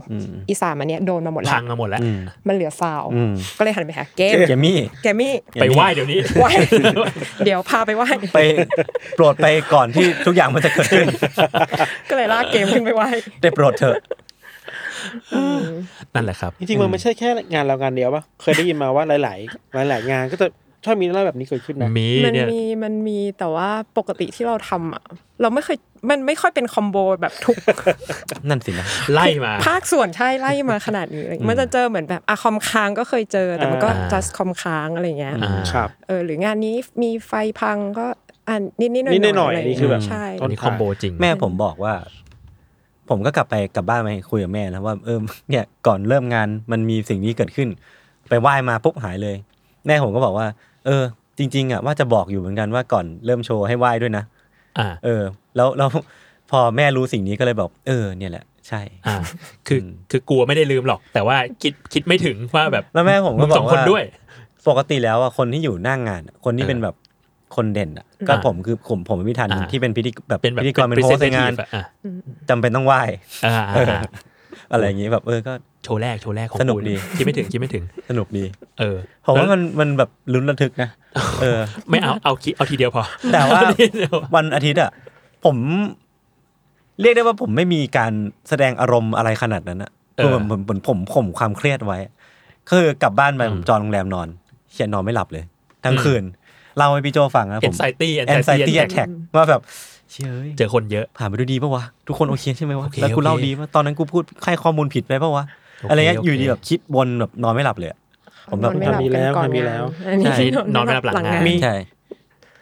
S6: อีสามอันเนี้ยโดนมาหมดแล้
S4: พั
S6: ว
S4: งมาหมดแล้ว
S6: มันเหลือสาว
S5: อืม
S6: ก็เลยหันไปหาเกม
S5: เจมี่
S6: เกมมี่
S4: ไปไหว้เดี๋ยวนี้
S6: ไหว้ เดี๋ยวพาไปไหว้
S5: ไปโปรดไปก่อนที่ทุกอย่างมันจะเกิดขึ้น
S6: ก็เลยลากเกมขึ้นไปไหว้
S5: ได้โปรดเถอะ
S4: นั่นแหละครับ
S3: จริงๆมันไม่ใช่แค่งานเรางานเดียวปะเคยได้ยินมาว่าหลาย ๆ หลาย ๆ งานก็จะชอบมีเรื่องแบบนี้เกิดขึ้นนะ
S4: มี
S6: มัน
S4: เนี่ย
S6: มีมันมีแต่ว่าปกติที่เราทำอ่ะเราไม่เคยมันไม่ค่อยเป็นคอมโบแบบทุก
S5: นั่นสินะ
S4: ไล่มา
S6: ภาคส่วนใช่ไล่มาขนาดนี้อะไรอย่างเงี้ยมันจะเจอเหมือนแบบอะคอมค้างก็เคยเจอแต่มันก็
S4: อ่า
S6: just คอมค้างอะไรอย่างเงี้ย
S4: อ่า
S3: ครับ
S6: เออหรืองานนี้มีไฟพังก็อ่านนิดนิดๆหน่อย
S3: นิดๆหน่อยๆ
S6: ะไราง
S3: นี่
S6: เงี้
S3: คือแบบ
S6: ใช่
S4: ตอนนี้คอมโบจริง
S5: แม่ผมบอกว่า ผมก็กลับไปกลับบ้านไปคุยกับแม่นะว่าเออเนี่ยก่อนเริ่มงานมันมีสิ่งนี้เกิดขึ้น ไปไหว้มาปุ๊บหายเลย แม่ผมก็บอกว่า เออ จริง ๆอ่ะว่าจะบอกอยู่เหมือนกันว่าก่อนเริ่มโชว์ให้ไหว้ด้วยนะ
S4: อ่า
S5: เออ แล้วแล้วพอแม่รู้สิ่งนี้ก็เลยบอก เออ เนี่ยแหละ ใช่
S4: อ่า คือคือกลัวไม่ได้ลืมหรอก แต่ว่าคิดคิดไม่ถึงว่าแบบ
S5: แล้วแม่ผมก็
S4: ง
S5: บอก
S4: สองคน
S5: ว่า
S4: ด้วย
S5: ปกติแล้วอ่ะคนที่อยู่หน้างงานอะคนที่
S4: เออ
S5: เป็นแบบคนเด่นอ่ะ ก็
S4: อ่า
S5: ผมคือผมผมไม่ทัน
S4: อ่า
S5: ที่เป็นพิธีแบบ
S4: เป็นแบบ
S5: พิธีกรเป็นโฮสต์ในงาน
S4: เป็ representative อะ
S5: จำเป็นต้องไหว้
S4: อ่าอ่าอ่า
S5: อะไรอย่างงี้แบบเออก็
S4: โชว์แรกโชว์แรกของ
S5: สนุก
S4: คุณ
S5: ดี
S4: คิดไม่ถึงคิดไม่ถึง
S5: สนุกดี
S4: เออ
S5: ผมว่า
S4: แล้ว
S5: มันมันแบบลุ้นระทึกนะเออ
S4: ไม่เอาเอาคิดเอาทีเดียวพอ
S5: แต่ว่า
S4: เอทีเดีย
S5: วันอาทิตย์อ่ะผม เรียกได้ว่าผมไม่มีการแสดงอารมณ์อะไรขนาดนั้นอ่ะคือผมผมผมผมผมความเครียดไว้คือกลับบ้านไปผมจองโรงแรมนอนเขียนนอนไม่หลับเลย ทั้งคืนเล่าให้พี่โจฟังนะ
S4: แอ
S5: ผ
S4: น
S5: ม
S4: ไซตี้แอ
S5: แอน
S4: น
S5: ไซ
S4: ไซ
S5: ตี้
S4: ตี้
S5: แอทแทกว่าแบบเชื่ยเอย
S4: เจอคนเยอะ
S5: ผ่านไปด้วยดีปะวะ ทุกคนโอเคใช่ไหมวะ
S4: โอเค
S5: แล้วกู
S4: โอเค
S5: เล่าดีปะตอนนั้นกูพูดใครข้อมูลผิดไปปะวะอะไรเงี้ย
S4: โอเค
S5: อยู่ดีแบบคิดวนแบบนอนไม่หลับเลยอะผมแบบ
S6: นอนไม่หบ
S3: ทำมีแล้
S6: กั
S3: ว
S6: นก่อน
S3: ทำมีแล้ว
S6: งานอันนี้
S5: ใช่
S4: นอนไม่หลับหลังงาน
S5: ใช่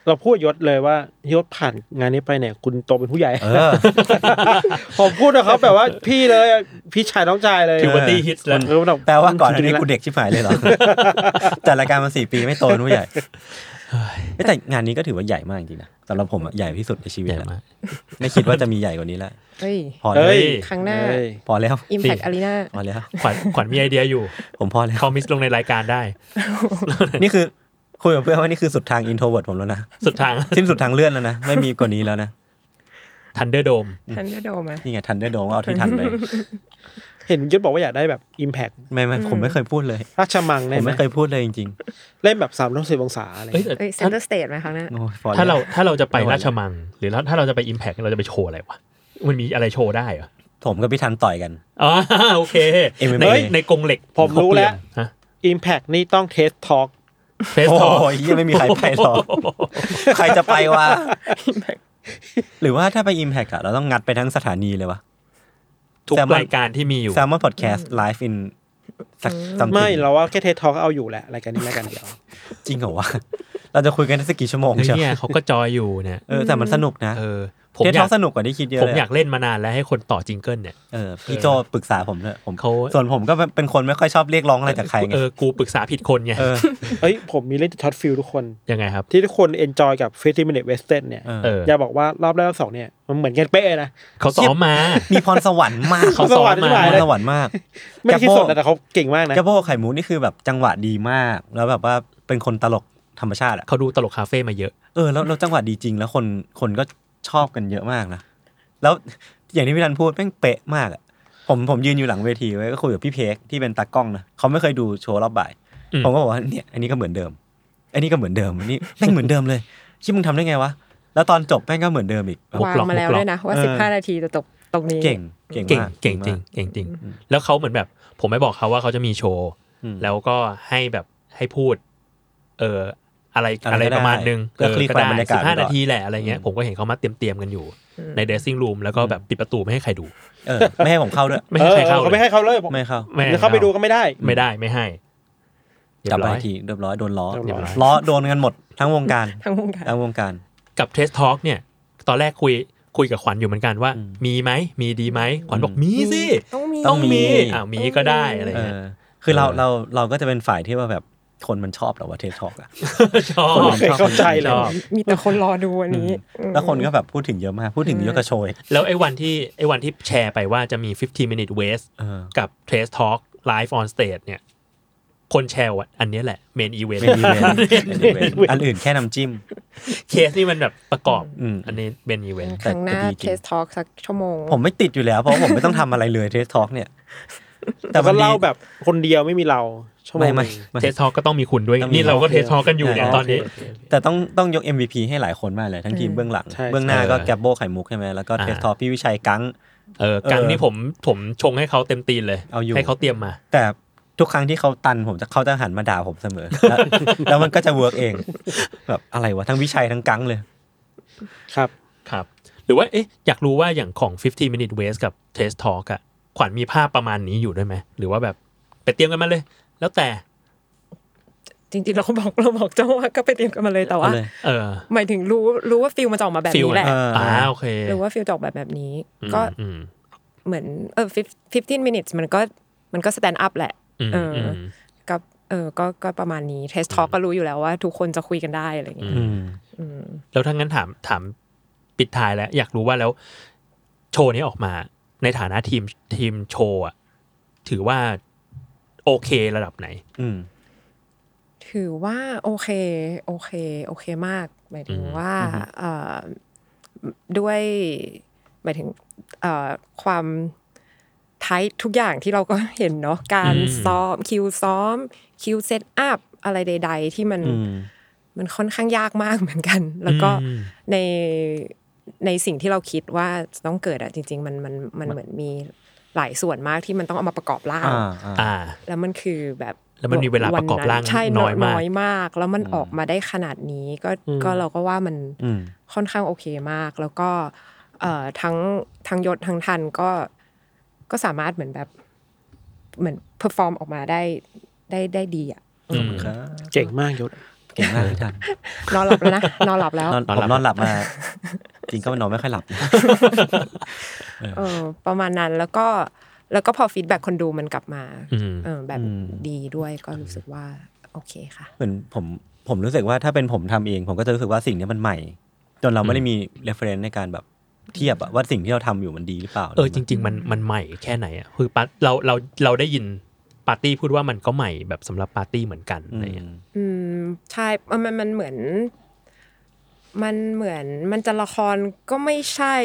S3: เราพูดยศเลยว่ายศผ่านงานนี้ไปเนี่ย คุณโตเป็นผู้ใหญ่
S5: เออ
S3: ผมพูดนะครับแบบว่าพี่เลยพี่ชายน้องชายเลย
S4: คิวเบอร์ตี้
S5: เออ
S4: ฮิตแล้ว
S3: เออบบ
S5: แปลว่าก่อนอันนี้กูเด็กชิบหายเลยเหรอ จัดรายการมาสี่ปีไม่โตเป็นผู้ใหญ่เอ้ยแต่งานนี้ก็ถือว่าใหญ่มากจริงๆนะสำหรับผมอะใหญ่ที่สุดในชีวิต
S4: ใหญ่
S5: แล้ว
S4: มาก
S5: ไม่คิดว่าจะมีใหญ่กว่านี้แล้ว
S6: เฮ้ย
S5: พอแล้ว
S3: เฮ้ย
S6: ครั้งหน้า
S3: เอ้ย
S5: พอแล้ว
S6: Impact Arena
S5: พอแล้ว
S4: ขวัญขวัญมีไอเดียอยู่
S5: ผมพอแล้ว
S4: คอมมิสลงในรายการได้
S5: นี่คือคุยกับเพื่อนว่านี่คือสุดทางอินโทรเวิร์ดผมแล้วนะ
S4: สุดทาง
S5: สิ้นสุดทางเลื่อนแล้วนะไม่มีกว่านี้แล้วนะ
S4: ทันเดอร์โดม
S6: ทันก็โดมา
S5: นี่ไงทันได้โดงเอาที่ทันไป
S3: เห็นยศบอกว่าอยากได้แบบ Impact
S5: ไม่ไม่ผมไม่เคยพูดเลย
S3: ราชมังได้
S5: ผม
S3: ไหม
S5: ไม่เคยพูดเลยจริง
S3: เล่นแบบสามร้อยสิบองศาอะไร
S4: เอ้ย
S6: เอ้ยเซ
S4: ถ้าน
S6: เตอร์สเตทไหมครั้งหน้า
S5: ๆโอ้ยพอแล้ว
S4: ถ้าเราถ้าเราจะไป
S5: ม่หว
S4: ราช
S5: แล้ว
S4: มัง หรือถ้าเราจะไปอิมแพกเราจะไปโชว์อะไรวะ มันมีอะไรโชว์ได้เหรอ
S5: ผมกับพี่ทันต่อยกัน
S4: อ๋อโอเค
S5: MMA
S4: ในในกรงเหล็ก
S3: ผมรู้แล้ว
S4: ฮะ
S3: Impact นี่ต้องเทสทอล์ก
S4: เฟส
S5: โอ้
S4: ทอล
S5: ยยังไม่มีใครไปหรอก ใครจะไปวะหรือว่าถ้าไปอิมแพกอะเราต้องงัดไปทั้งสถานีเลยวะ
S4: ทุก
S5: แซลมอน
S4: รายการที่มีอยู่
S5: แซมมอนพอดแคสต์ไลฟ์อินสักซัม
S3: ไม่เราว่าแค่เทสทอล์กเอาอยู่แหละรายการนี้รายการเดียว
S5: จริงเหรอวะ เราจะคุยกันได้สักกี่ชั่วโมง
S4: เฮ้ย
S5: ใช่ไหม
S4: เนี่ยเขาก็จอยอยู่เนี่ย
S5: เออแต่มันสนุกนะ
S4: เออ ผม
S5: เทส
S4: อ
S5: ท็
S4: ยา
S5: อก กสนุกกว่าที่คิดเยอะ
S4: ผม
S5: เลย
S4: อยา
S5: อะ
S4: กเล่นมานานแล้วให้คนต่อจิงเกิลเนี่ย
S5: เออพี่โจปรึกษาผมเนอะผม
S4: เขา
S5: ส่วนผมก็เป็นคนไม่ค่อยชอบเรียกร้องอะไรจากใครไง
S4: เออกูปรึกษาผิดคนไง
S5: เออ
S3: เอ้ยผมมีเล่นจะช็อตฟิลทุกคน
S4: ยังไงครับ
S3: ที่ทุกคนเอนจอยกับ50 minute western เนี่ย
S5: เออ
S4: เออ
S3: อย่าบอกว่ารอบแรกรอบสองเนี่ยมันเหมือนกันเป๊ะนะ
S4: เขาซ้อมมา
S5: มีพรสวรรค์มาก
S4: เขาซ้อมมา
S5: พรสวรรค์มาก
S3: ไม่คิดสดนะแต่เขาเก่งมากนะ
S5: แกโบไข่หมูนี่คือแบบจังหวะดีมาก แล้วแบบว่าเป็นคนตลกธรรมชาติอะ
S4: เขาดูตลกคาเฟ่มาเยอะ
S5: เออแล้วแล้วจังหวะดีจริง แล้วคนคนก็ชอบกันเยอะมากนะแล้วอย่างที่พี่ธันพูดแม่งเป๊ะมากอะผมผมยืนอยู่หลังเวทีไว้ยก็คุยกับพี่เพกที่เป็นตากล้องนะเขาไม่เคยดูโชว์รอบบ่าย
S4: อืม
S5: ผมก็บอกว่าเนี่ยอันนี้ก็เหมือนเดิม อันนี้ก็เหมือนเดิมอันนี้แม่งเหมือนเดิมเลยคิดมึงทำได้ไงวะแล้วตอนจบแม่งก็เหมือนเดิมอีก
S4: บุก
S6: วาง
S4: หลอก
S6: มาแล้ว
S4: บุกหลอก
S6: ด้วยนะว่า
S5: เออ
S6: สิบห้านาทีจะตกตรงนี้
S5: เก่งเก่ง
S4: เก่ง
S5: มาก
S4: เก่งจริง
S5: มาก
S4: เก่งจริง แล้วเขาเหมือนแบบ ผมไม่บอกเขาว่าเขาจะมีโชว์
S5: อืม
S4: แล้วก็ให้แบบให้พูด เอออะไร
S5: อะ
S4: อะไร ไร
S5: ก็ได้
S4: ประมาณนึง
S5: เพื่อคลี่คลายบรรยากาศ
S4: สิบห้า
S5: ไปก่อน
S4: นาทีแหละอะไรเงี้ย
S5: อืม
S4: ผมก็เห็นเขามาเตรียมเตรียมๆกันอยู่ ใน dressing room แล้วก็แบบปิดประตูไม่ให้ใครดู
S5: เออไม่ให้ผมเข้าด้วย
S4: ไม่ให้ใครเข้าเล
S3: เขาไม่
S4: ย
S3: ให้เขาเลยผม
S5: ไม่ให้เข้า
S4: ม่ให้
S3: จะเข้าไปดูก็ไม่ได้
S4: ไม่ได้ไม่ให้เรีย
S5: กลับบ มา
S4: ร้อย
S5: อีกทีเรียบร้อยโดนล้อ
S3: เรียบร้อย
S5: ล้อโดนกันหมดทั้งวงการ
S6: ทั้งวงการ
S5: ทั้งวงการ
S4: กับเทสทอ l k เนี่ย ตอนแรกคุยคุยกับขวัญอยู่เหมือนกันว่า
S5: อืม
S4: มีไหมมีดีไหมขวัญบอกมีสิ
S6: ต้องมี
S5: ต้องมี
S4: อ้าวมีก็ได้อะไร
S5: เอ
S4: เงี้ย
S5: อคือเราเราเราก็จะเป็นฝ่ายที่ว่าแบบคนมันชอบเหรอว่าเทสทอกอะ
S4: ชอบ
S5: คนละ
S3: ไม่เคยเข้าใจเลย
S4: ชอบ
S6: มีแต่คนรอดูอันนี้
S5: แล้วคนก็แบบพูดถึงเยอะมาก พูดถึงเยอะกระโชย
S4: แล้วไอ้วันที่ไอ้วันที่แชร์ไปว่าจะมี 15 minute waste
S5: เออ
S4: กับ Trace Talk Live on Stage เนี่ย คนแชร์ว่าอันเนี้ยแหละเมนอีเวนต์
S5: ไม่มีเวนต์อันอื่นแค่น้ำจิ้ม
S4: เคสนี่มันแบบประกอบ
S5: อืม
S4: อันนี้เป็นอีเวนต์
S6: ครั้งหน้า
S5: แต่ดีจริง
S6: เทสทอล์กสักชั่วโมง
S5: ผมไม่ติดอยู่แล้ว เพราะผมไม่ต้องทำอะไรเลยเทสทอกเนี่ย
S3: แต่ก็
S5: ดี
S3: เล่าแบบคนเดียวไม่มีเราชั่วโม
S5: ไม่
S3: ง
S5: ไม่
S3: หนึ่ง
S5: ไม่
S4: เทสทอก็ต้องมีคุณด้วย
S5: ต้องมี
S4: นี่เราก็
S5: เรา
S4: เทสทอกันอยู่เนี่ย
S3: ใช่
S4: ตอนนี้
S3: โอเค
S5: แต่ต้องต้องยก MVP ให้หลายคนมากเลยทั้งทีมเบื้องหลัง
S3: ใช่
S5: เบื้องหน้าก็
S4: ใช่
S5: แกบโบไข่มุกใช่ไหมแล้วก็
S4: อ่า
S5: เทสทอกพี่วิชัยกัง
S4: เออกัง
S5: เออ
S4: นี่ผมผมชงให้เขาเต็มตีนเลย
S5: เอาอยู่
S4: ให้เขาเตรียมมา
S5: แต่ทุกครั้งที่เขาตันผมจะเขาจะหันมาด่าผมเสมอ แล้ว แล้วมันก็จะเวิร์กเอง แบบอะไรวะทั้งวิชัยทั้งกังเลย
S3: ครับ
S4: ครับ หรือว่าเอ๊ะอยากรู้ว่าอย่างของ 15 minute waste กับ Test Talk อะขวัญมีภาพประมาณนี้อยู่ด้วยไหม หรือว่าแบบไปเตรียมกันมาเลย แล้วแต่
S6: จริงๆเราก็บอกเราบอกเจ้าว่าก็ไปเตรียมกันมาเลยแต่ว่า
S5: เอาเลย
S4: เออ
S6: หมายถึงรู้รู้ว่าฟิลมันจะออกมาแบบ
S4: ฟิล
S6: นี้แหละ
S5: เออ
S4: อ่าโอเค
S6: รู้ว่าฟิลจะออกแบบแบบนี้
S4: อืม
S6: ก็
S4: อืม
S6: เหมือนเออ15 minutes มันก็มันก็ stand up แหละ
S4: อืม
S6: เอออื
S4: ม
S6: กับเออก็ก็ประมาณนี้เทสทอก็รู้อยู่แล้วว่าทุกคนจะคุยกันได้อะไรอย่างเงี้ย
S5: อืม
S6: อืม
S4: แล้วถ้างั้นถามถามปิดท้ายแล้ว อยากรู้ว่าแล้วโชว์นี้ออกมา ในฐานะทีมทีมโชว์อะถือว่าโอเคระดับไหน
S5: อืม
S6: ถือว่าโอเค โอเค โอเคมาก หมายถึง
S4: อืม
S6: ว่าเอ่อด้วยหมายถึงเอ่อความท้ายทุกอย่างที่เราก็เห็นเนาะการซ้อมคิวซ้อม คิวเซตอัพอะไรใด ๆ ที่มัน
S5: อืม
S6: มันค่อนข้างยากมากเหมือนกัน แล้วก็
S4: อืม
S6: ในในสิ่งที่เราคิดว่าจะต้องเกิดอะจริง ๆ มันมันมันเหมือนมีหลายส่วนมากที่มันต้องเอามาประกอบร่าง
S5: อ่าอ่า
S4: อ่า
S6: แล้วมันคือแบบ
S4: แล้วมันมีเวลาประกอบร่าง
S6: วันนั้นใช่
S4: น้อยมาก
S6: น้อยมาก แล้วมันออกมาได้ขนาดนี้ก็ก็เราก็ว่ามัน
S5: อืม
S6: ค่อนข้างโอเคมาก แล้วก็เอ่อทั้งทั้งยศทั้งทันก็ก็สามารถเหมือนแบบเหมือนเพอร์ฟอร์มออกมาได้ได้ได้ดีอ่ะ
S4: อืม
S5: ครับ
S3: เจ๋งมากยศ
S5: เก่งมากพี่ทัน
S6: นอนหลับ แล้วนะ นอนหลับแล้ว
S5: นอน
S4: นอน
S5: ผ
S4: หลั
S5: ม
S4: บ
S5: นอนหลับมา จริงก็นอนไม่ค่อยหลับ
S6: เออประมาณนั้นแล้วก็แล้วก็พอฟีดแบ็คนดูมันกลับมา
S4: อืม
S6: เออแบบ
S5: อืม
S6: ดีด้วยก็รู้สึกว่าโอเคค่ะ
S5: เหมือนผมผมรู้สึกว่าถ้าเป็นผมทำเอง ผมก็จะรู้สึกว่าสิ่งนี้มันใหม่ จนเราไม่ได้มี reference ในการแบบเทียบอะว่าสิ่งที่เราทำอยู่มันดีหรือเปล่า
S4: เออจริง ๆ มันมันใหม่แค่ไหนอ่ะคือปาร์ตเราเราเราได้ยินปาร์ตี้พูดว่ามันก็ใหม่แบบสำหรับปาร์ตี้เหมือนกัน
S5: อื
S4: อะไรเงี้ย
S5: ม
S6: อืมใช่มันมันมันเหมือน มันเหมือนมันจะละครก็ไม่ใช่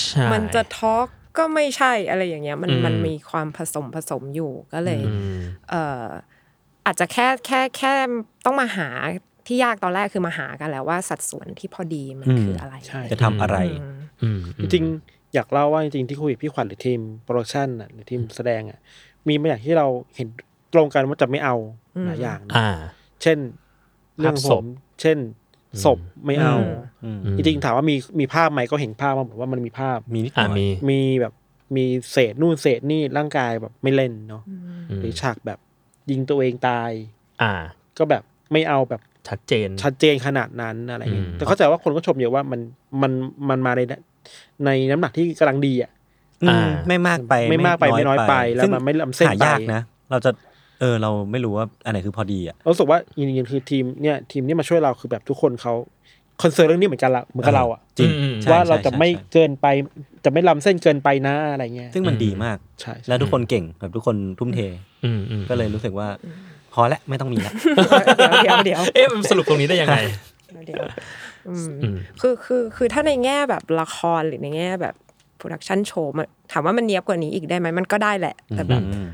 S4: ใช่
S6: มันจะทอล์กก็ไม่ใช่อะไรอย่างเงี้ย มันมัน
S4: อื
S6: มีความผสมผสมอยู่ก็เลย
S4: อืม
S6: เอ่ออาจจะแค่แค่แค่ต้องมาหาที่ยากตอนแรกคือมาหากันแหล้วว่าสัดส่วนที่พอดีมัน
S5: อืม
S6: คืออะไร
S3: ใช่
S5: จะทำอะไร
S6: อืม
S4: อืม
S3: จริงๆอยากเล่าว่าจริงๆที่คุยกับพี่ขวัญหรือทีมโปรดักชันน่ะหรือทีมแสดงอ่ะมีบางอย่างที่เราเห็นตรงกันว่าจะไม่เอาหลายอย่างนะ
S4: อ่า
S3: เช่น เรื่อง
S4: ภาพ
S3: ผ
S4: ศพ
S3: มเช่นศพไม่เอา
S5: อืม
S3: จริงๆถามว่ามีมีภาพไหมก็เห็นภาพมาผมว่ามันมีภาพ
S5: มีนิดห
S4: อ่า
S5: น่อย
S4: มี
S3: มีแบบมีเศษนู่นเศษนี่ร่างกายแบบไม่เล่นเนาะหรือฉากแบบยิงตัวเองตาย
S4: อ่า
S3: ก็แบบไม่เอาแบบ
S4: ชัดเจน
S3: ชัดเจนขนาดนั้นอะไรอย่างเงี้ย
S4: อืม
S3: แต่เข้าใจว่าคนก็ชมเยอะว่ามันมันมันมาในในน้ำหนักที่กำลังดีอ่ะ
S5: อื
S4: อ่า
S5: มไม่มากไป
S3: ไม่มากไปไม่น้อยไปแล้วมันไม่ล้ำเส้น
S5: หายาก
S3: ไป
S5: นะ เราจะเออเราไม่รู้ว่าอันไหนคือพอดีอะ
S3: เรารู้สึกว่าจริงๆคือทีมเนี่ยทีมที่มาช่วยเราคือแบบทุกคนเขาคอนเซิร์นเรื่องนี้เหมือนกันละเหมือนกับเราอ่ะ
S5: จริง
S4: อืม
S5: ใช่
S3: ว่าเรา
S5: ใช่
S3: จะ
S5: ใช่
S3: ไม่
S5: ใช่
S3: เกินไปจะไม่ล้ำเส้นเกินไปนะอะไรเงี้ย
S5: ซึ่งมันดีมาก
S3: ใช่ใช่
S5: แล้วทุกคนเก่งแบบทุกคนทุ่มเท
S4: อืมอืม
S5: ก็เลยรู้สึกว่า พอละไม่ต้องมีละ
S6: เดี๋ยวเดี๋ยว
S4: เอ๊ะมันสรุปตรงนี้ได้ยังไง
S6: เดี๋ยวเดี๋ยวอืม
S4: อืม
S6: คือคือคือถ้าในแง่แบบละครหรือในแง่แบบโปรดักชันโชว์ถามว่ามันเนียบกว่านี้อีกได้ไหมมันก็ได้แหละ แต่แบบ
S5: อืม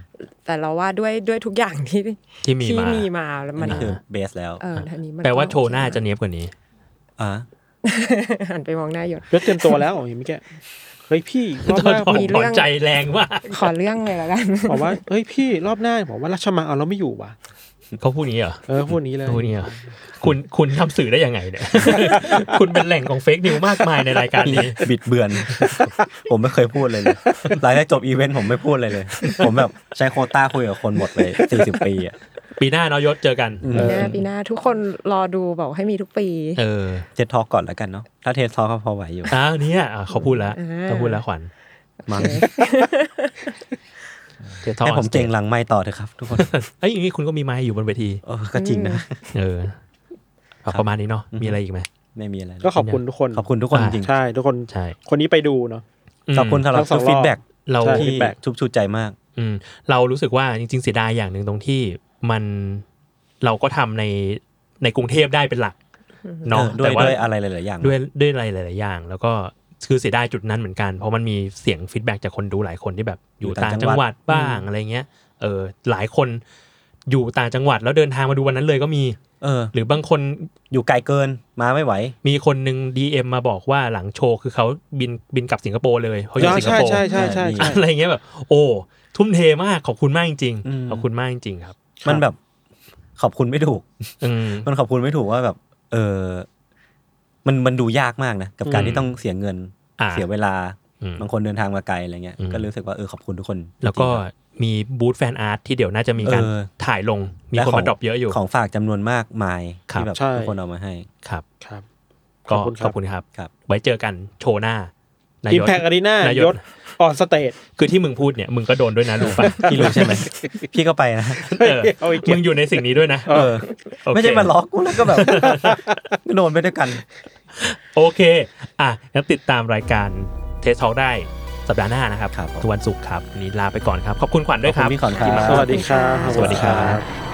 S6: แต่เราว่าด้วยด้วยทุกอย่างที่
S4: ที่มีมา
S6: มาแล้วมัน
S5: นี่คือเบสแล้ว
S6: เออทีนี้มันก็
S4: แปลว่าโชว์หน้าจะเนี้ยบกว่านี้
S5: อ่ะ
S6: หันไปมองหน้าหยด
S3: ยศเตรียมตัวแล้วอย่างเมื่อกี้เฮ้ยพี่รอบ
S4: ตอน
S3: ห
S4: ต
S3: น้า
S4: อน
S3: ผม
S6: มีเรื่
S4: ถอ
S6: อง
S4: นใจแรงมาก
S6: ขอเรื่องเลยละกัน
S3: บอกว่า เฮ้ยพี่รอบหน้าบอกว่าราชมังเอาเราไม่อยู่ว่ะ
S4: เขาพูดนี้เหรอ
S3: เออพูดนี้เลย
S4: เขาพูดนี้เหรอคุณคุณทำสื่อได้ยังไง เนี่ย คุณเป็นแหล่งของเฟกนิวมากมายในรายการนี้
S5: บิดเบือน ผมไม่เคยพูดเลยเลยหลังจากจบอีเวนต์ผมไม่พูดเลยเลย ผมแบบใช้โควต้าคุยกับคนหมดเลยสี่สิบปีอ่ะ
S4: ปีหน้าเนาะยศเจอกัน
S6: ปีหน้าปีหน้าทุกคนรอดูบอกให้มีทุกปี
S4: เออ
S5: เทสทอก่อนแล้วกันเนาะถ้าเทสทอก็พอไหวอยู่
S4: อ้าวเนี่ย อ่ะเขาพูดแล้ว
S6: อ่า
S4: เขาพูดแล้วขวัญ
S5: มัน
S4: เดี๋ยวทอด
S5: ให้ผมเก่งหลังไม่ต่อเถอะครับ ทุกคน
S4: เอ้ยอย่างนี้คุณก็มีไม้อยู่บนเวที
S5: เออก็จริงนะ
S4: เออเอาประมาณนี้เนาะมีอะไรอีกไหม
S5: ไม่มีอะไรนะ
S3: ก็ขอบคุณทุกคน
S5: ขอบคุณทุกคนจ
S4: อ่า
S5: ริง
S3: ใช่ทุกคน
S4: ใช่
S3: คนนี้ไปดูเนาะ
S5: ๆขอบคุณสำหรับ
S3: ทั้งสองรอบ
S5: ฟีดแบ็ก
S4: เรา
S3: ใช่
S5: ที่
S3: feedback
S5: ชุบชูใจมาก
S4: อืมเรารู้สึกว่าจริงๆเสียดายอย่างหนึ่งตรงที่ มันเราก็ทำในในกรุงเทพได้เป็นหลักเนาะ
S5: เออด้วย
S4: แต่ว่า
S5: ด้วยอะไรหลายๆอย่าง
S4: ด้วยด้วยอะไรหลาย ๆ อย่าง แล้วก็คือเสียดายจุดนั้นเหมือนกัน เพราะมันมีเสียงฟีดแบ็จากคนดูหลายคนที่แบบอยู่
S5: อยู่
S4: ต่า
S5: ต่าง งจั
S4: จั
S5: ง
S4: งห
S5: หวั
S4: วัด
S5: ด
S4: บ้างอะไรเงี้ยเออหลายคนอยู่ต่างจังหวัดแล้วเดินทางมาดูวันนั้นเลยก็มี
S5: เออ
S4: หรือบางคน
S5: อยู่ไกลเกินมาไม่ไหว
S4: มีคนหนึ่ง DM มาบอกว่าหลังโชว์คือเขาบินบินกลับสิงคโปร์เลยเขาอยู่สิงค
S3: ใช่
S4: โปร์
S3: ใช่ใช่ใช่ใช่
S4: อะไรเงี้ยแบบ โอ้ทุ่มเทมากขอบคุณมากจริง
S5: อืม
S4: ๆขอบคุณมากจริงๆครับ
S5: มันแบบขอบคุณไม่ถูก
S4: อืม
S5: มันขอบคุณไม่ถูกว่าแบบ เออมันมันดูยากมากนะ กับการ
S4: อืม
S5: ที่ต้องเสียเงิน
S4: อ่า
S5: เสียเวลา
S4: อืม
S5: บางคนเดินทางมาไกลอะไรเงี้ย
S4: อืม
S5: ก็รู้สึกว่าเออขอบคุณทุกคน
S4: แล้ว
S5: จ
S4: ก็
S5: ริงๆครับ
S4: มีบูธแฟนอาร์ตที่เดี๋ยวน่าจะมีการ
S5: เออ
S4: ถ่ายลงมี
S5: และ
S4: คน
S5: ขง
S4: มาดรอปเยอะอยู่
S5: ของฝากจำนวนมากมาย
S4: ครับ
S5: ที่แบบ
S3: ใช่
S5: ทุกคนเอามาให้
S4: ครับ
S3: ครับ
S4: ก็
S3: ขอบคุณค
S4: ข
S3: รับ
S4: อบคุณครับ
S5: ครับ
S4: ไว้เจอกันโชว์หน้านา
S3: อิ
S4: ย
S3: ม
S4: ศ
S3: แพกอารีนา
S4: าย ย
S3: ศ
S4: ศ
S3: ออนสเตจ
S4: คือที่มึงพูดเนี่ยมึงก็โดนด้วยนะรู้ป่ะ
S5: พี่รู้ใช่ ไหม พี่ก็ไปนะ
S4: เออ
S3: เอาอีกเก็บ
S4: มึงอยู่ในสิ่งนี้ด้วยนะ
S5: เออ
S4: โเค
S5: ไม่ใช่มาล็อกกูแล้วก็แบบ โดนไปด้วยกัน
S4: โอเค อ่ะงั้นติดตามรายการเทสทอลได้สัปดาห์หน้านะครับ
S5: ครับผม
S4: ทุกวันศุกร์ครับวันนี้ลาไปก่อนครับ ขอบคุณขวัญด้วยครับ
S5: ขอณพี่ขอนครับ
S3: สวัสดีครับ
S4: สวัสดีครับ